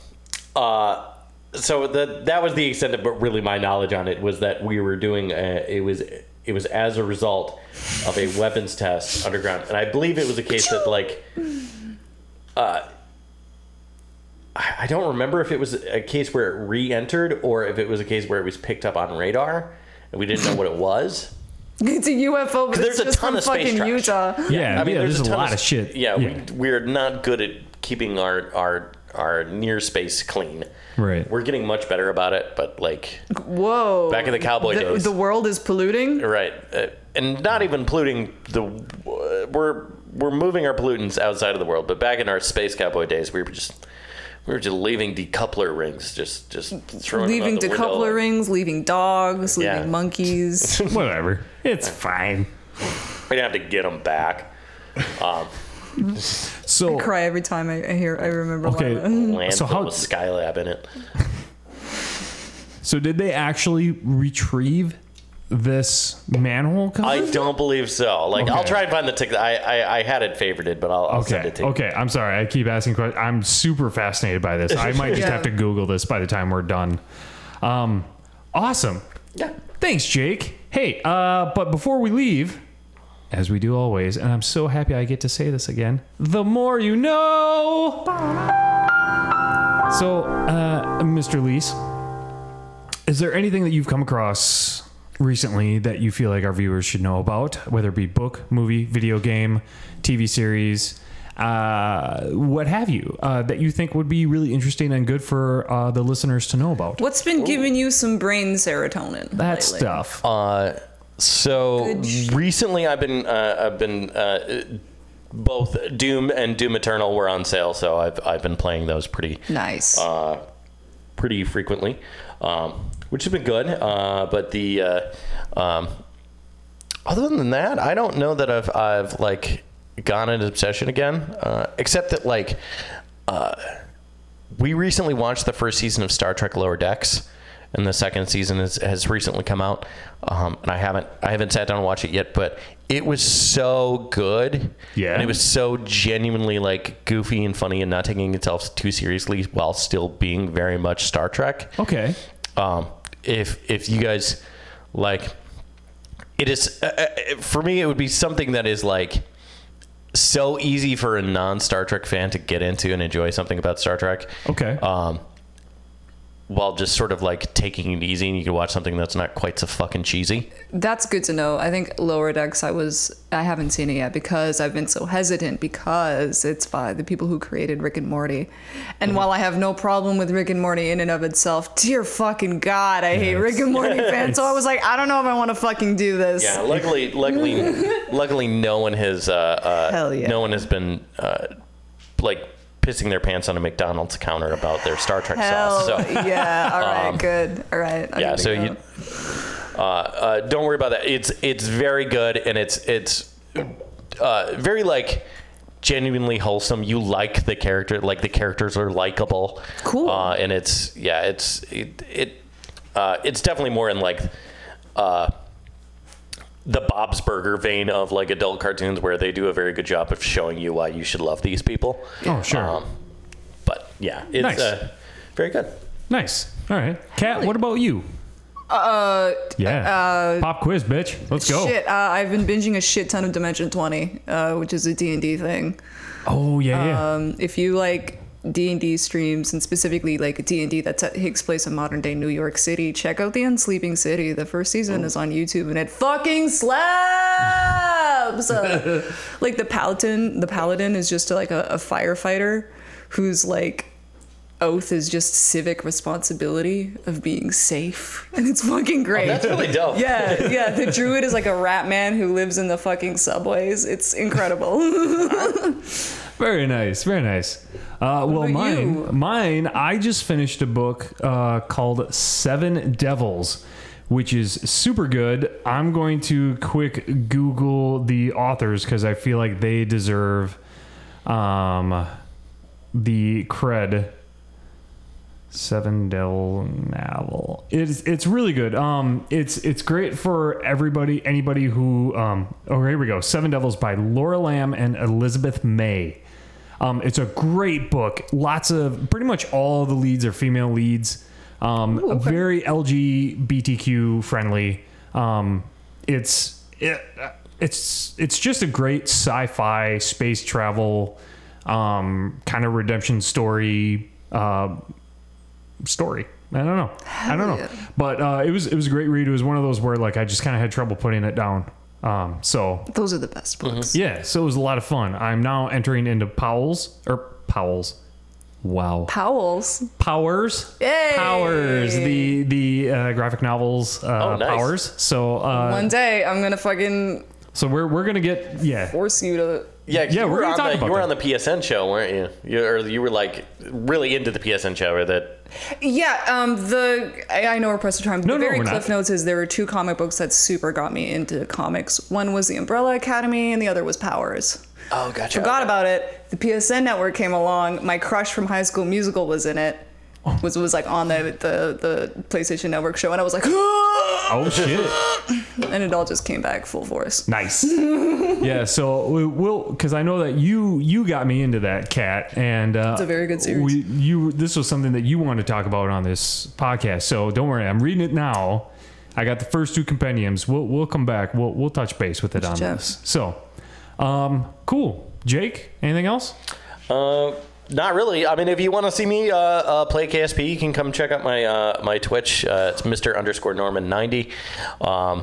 [SPEAKER 4] uh, so the, that was the extent of, but really my knowledge on it was that we were doing a, it was it was as a result of a weapons test underground, and I believe it was a case that like. Uh, I I don't remember if it was a case where it re-entered or if it was a case where it was picked up on radar and we didn't know what it was.
[SPEAKER 2] It's a UFO, but
[SPEAKER 4] There's
[SPEAKER 2] it's
[SPEAKER 4] a
[SPEAKER 2] just
[SPEAKER 4] ton
[SPEAKER 2] from
[SPEAKER 4] of space
[SPEAKER 2] fucking
[SPEAKER 4] trash.
[SPEAKER 2] Utah.
[SPEAKER 3] Yeah, yeah, there's, a
[SPEAKER 4] ton
[SPEAKER 3] lot of, shit.
[SPEAKER 4] Yeah, We, we're not good at keeping our our our near space clean.
[SPEAKER 3] Right.
[SPEAKER 4] We're getting much better about it, but like,
[SPEAKER 2] Whoa.
[SPEAKER 4] Back in the cowboy days.
[SPEAKER 2] The world is polluting.
[SPEAKER 4] right, uh, and not even polluting the uh, we're we're moving our pollutants outside of the world. But back in our space cowboy days, we were just we were just leaving decoupler rings, just just throwing them out
[SPEAKER 2] Leaving
[SPEAKER 4] the window.
[SPEAKER 2] decoupler rings, leaving dogs, leaving
[SPEAKER 4] Yeah.
[SPEAKER 2] monkeys.
[SPEAKER 3] Whatever. It's fine.
[SPEAKER 4] We didn't have to get them back. Um,
[SPEAKER 3] So
[SPEAKER 2] Cry every time I, I hear I remember
[SPEAKER 3] Okay.
[SPEAKER 2] Lila.
[SPEAKER 4] landfill
[SPEAKER 3] So how-
[SPEAKER 4] with Skylab in it.
[SPEAKER 3] So did they actually retrieve this manhole cover?
[SPEAKER 4] I don't believe so. Like, I'll
[SPEAKER 3] Okay.
[SPEAKER 4] try and find the ticket. I, I I had it favorited, but I'll, I'll send
[SPEAKER 3] okay.
[SPEAKER 4] it to you.
[SPEAKER 3] Okay. I'm sorry. I keep asking questions. I'm super fascinated by this. I might just
[SPEAKER 2] Yeah.
[SPEAKER 3] have to Google this by the time we're done. Um, awesome.
[SPEAKER 4] Yeah.
[SPEAKER 3] Thanks, Jake. Hey, uh, but before we leave, as we do always, and I'm so happy I get to say this again, the more you know. So, uh, Mr. Lease, is there anything that you've come across recently that you feel like our viewers should know about, whether it be book, movie, video game, TV series, uh, what have you, uh, that you think would be really interesting and good for uh, the listeners to know about?
[SPEAKER 2] What's been giving you some brain serotonin?
[SPEAKER 3] that
[SPEAKER 2] lately?
[SPEAKER 3] stuff.
[SPEAKER 4] Uh, so
[SPEAKER 2] Good sh-
[SPEAKER 4] recently, I've been uh, I've been uh, both Doom and Doom Eternal were on sale, so I've I've been playing those pretty
[SPEAKER 2] Nice.
[SPEAKER 4] pretty frequently, um, which has been good. Uh, but the uh, um, other than that, I don't know that I've I've like gone into obsession again, uh, except that like uh, we recently watched the first season of Star Trek Lower Decks. And the second season is, has recently come out, um, and I haven't I haven't sat down and watched it yet. But it was so good,
[SPEAKER 3] Yeah.
[SPEAKER 4] And it was so genuinely like goofy and funny and not taking itself too seriously while still being very much Star Trek.
[SPEAKER 3] Okay.
[SPEAKER 4] Um, if if you guys like, it is uh, uh, for me. It would be something that is like so easy for a non Star Trek fan to get into and enjoy something about Star Trek.
[SPEAKER 3] Okay.
[SPEAKER 4] Um, while just sort of like taking it easy, and you can watch something that's not quite so fucking cheesy.
[SPEAKER 2] That's good to know. I think Lower Decks. I was. I haven't seen it yet because I've been so hesitant because it's by the people who created Rick and Morty. And
[SPEAKER 4] Mm-hmm.
[SPEAKER 2] while I have no problem with Rick and Morty in and of itself, dear fucking god, I hate Rick and Morty fans. So I was like, I don't know if I want to fucking do this.
[SPEAKER 4] Yeah, luckily, luckily, luckily, no one has, uh, uh,
[SPEAKER 2] Hell yeah.
[SPEAKER 4] no one has been uh, like pissing their pants on a McDonald's counter about their Star Trek
[SPEAKER 2] Hell
[SPEAKER 4] sauce. So Um,
[SPEAKER 2] yeah. All right. good. All right. I'll
[SPEAKER 4] yeah,
[SPEAKER 2] give it
[SPEAKER 4] so
[SPEAKER 2] a go.
[SPEAKER 4] you, uh, uh, don't worry about that. It's it's very good and it's it's uh, very like genuinely wholesome. You like the character, like the characters are likable.
[SPEAKER 2] Cool.
[SPEAKER 4] Uh, and it's yeah, it's it, it uh, it's definitely more in like. Uh, the Bob's Burger vein of like adult cartoons, where they do a very good job of showing you why you should love these people. Um,
[SPEAKER 3] Oh, sure.
[SPEAKER 4] but yeah, it's
[SPEAKER 3] Nice.
[SPEAKER 4] uh, very good.
[SPEAKER 3] nice. All right. Kat, what about you?
[SPEAKER 2] Uh,
[SPEAKER 3] Yeah. Pop quiz, bitch. Let's go.
[SPEAKER 2] Shit, uh, I've been binging a shit ton of Dimension 20, uh, which is a D&D thing.
[SPEAKER 3] Oh, yeah, yeah.
[SPEAKER 2] Um, if you like D&D streams and specifically like D&D that t- takes place in modern day New York City, check out The Unsleeping City. The first
[SPEAKER 4] Oh.
[SPEAKER 2] season is on YouTube and it fucking slaps. Uh, like the paladin, the paladin is just like a, a firefighter who's like oath is just civic responsibility of being safe and it's fucking great.
[SPEAKER 4] Oh, That's really dope.
[SPEAKER 2] Yeah, yeah. The druid is like a rat man who lives in the fucking subways. It's incredible.
[SPEAKER 3] Very nice, very nice. Uh, well,
[SPEAKER 2] about
[SPEAKER 3] mine,
[SPEAKER 2] you?
[SPEAKER 3] mine. I just finished a book uh, called Seven Devils, which is super good. I'm going to quick Google the authors because I feel like they deserve um, the cred. Seven Devil Navel. It's it's really good. Um, it's it's great for everybody, anybody who. Um, oh, here we go. Seven Devils by Laura Lamb and Elizabeth May. Um, it's a great book. Lots of pretty much all the leads are female leads. Um, very LGBTQ friendly. Um, it's it, it's it's just a great sci-fi space travel um, kind of redemption story. Uh, story. I don't know. I don't know.
[SPEAKER 2] yeah.
[SPEAKER 3] But uh, it was it was a great read. It was one of those where like I just kind of had trouble putting it down. Um, so
[SPEAKER 2] Those are the best
[SPEAKER 4] Mm-hmm.
[SPEAKER 2] books.
[SPEAKER 3] yeah, so it was a lot of fun. I'm now entering into Powell's or Powell's. Wow.
[SPEAKER 2] Powell's.
[SPEAKER 3] Powers.
[SPEAKER 2] Yay!
[SPEAKER 3] Powers. The the uh, graphic novels uh,
[SPEAKER 4] Oh, nice.
[SPEAKER 3] Powers. So uh,
[SPEAKER 2] One day I'm gonna fucking
[SPEAKER 3] so we're we're going to get yeah.
[SPEAKER 2] force you to.
[SPEAKER 4] Yeah, 'cause
[SPEAKER 3] Yeah,
[SPEAKER 4] you
[SPEAKER 3] we're
[SPEAKER 4] were,
[SPEAKER 3] gonna
[SPEAKER 4] on
[SPEAKER 3] talk
[SPEAKER 4] the,
[SPEAKER 3] about
[SPEAKER 4] you were
[SPEAKER 3] that.
[SPEAKER 4] on the PSN show, weren't you? you? Or you were like really into the PSN show, or that
[SPEAKER 2] Yeah, um, the I, I know we're pressed for time.
[SPEAKER 3] No, no,
[SPEAKER 2] the very
[SPEAKER 3] we're not.
[SPEAKER 2] cliff notes is there were two comic books that super got me into comics. One was the Umbrella Academy, and the other was Powers.
[SPEAKER 4] Oh, gotcha.
[SPEAKER 2] Forgot about it. The PSN network came along. My crush from High School Musical was in it.
[SPEAKER 3] Oh.
[SPEAKER 2] Was was like on the the, the PlayStation Network show, and I was like,
[SPEAKER 3] Oh shit.
[SPEAKER 2] and it all just came back full force.
[SPEAKER 3] Nice. yeah. So we, we'll because I know that you you got me into that cat, and uh, it's
[SPEAKER 2] a very good series.
[SPEAKER 3] We, you this was something that you wanted to talk about on this podcast. So don't worry, I'm reading it now. I got the first two compendiums. We'll we'll come back. We'll we'll touch base with it on
[SPEAKER 2] Jeff.
[SPEAKER 3] this. So, um, cool. Jake, anything else?
[SPEAKER 4] Uh, not really. I mean, if you want to see me uh, uh, play KSP, you can come check out my uh, my Twitch. Uh, it's Mister Underscore Norman ninety. Um,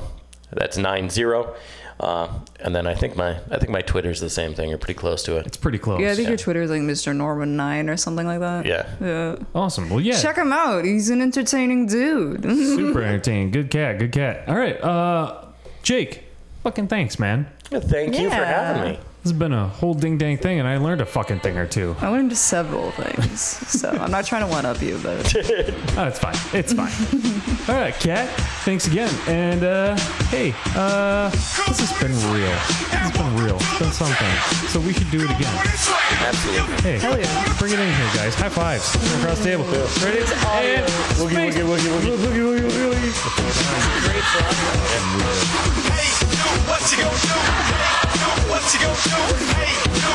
[SPEAKER 4] that's nine zero. Uh, and then I think my I think my Twitter's the same thing or pretty close to it.
[SPEAKER 3] It's pretty close.
[SPEAKER 2] Yeah, I think your Twitter is like Mr. Norman Nine or something like that.
[SPEAKER 4] Yeah.
[SPEAKER 2] Yeah.
[SPEAKER 3] Awesome. Well, yeah.
[SPEAKER 2] Check him out. He's an entertaining dude.
[SPEAKER 3] super entertaining. Good cat. Good cat. All right. Uh, Jake, fucking thanks, man.
[SPEAKER 4] Thank you for
[SPEAKER 2] Yeah.
[SPEAKER 4] having me.
[SPEAKER 3] This has been a whole ding dang thing, and I learned a fucking thing or two.
[SPEAKER 2] I went into several things, so I'm not trying to one up you, but
[SPEAKER 3] Oh, it's fine. It's fine. All right, Kat. Thanks again. And uh, hey, uh, this has been real. This has been real. It's been something. So we should do it again.
[SPEAKER 4] Absolutely.
[SPEAKER 3] Hey,
[SPEAKER 2] Hell yeah.
[SPEAKER 3] bring it in here, guys. High fives across the table. Ready? And space. Woogie, woogie, woogie, woogie.
[SPEAKER 6] Hey, yo, what you gonna do? Hey, yo, what you gonna do? Hey, yo,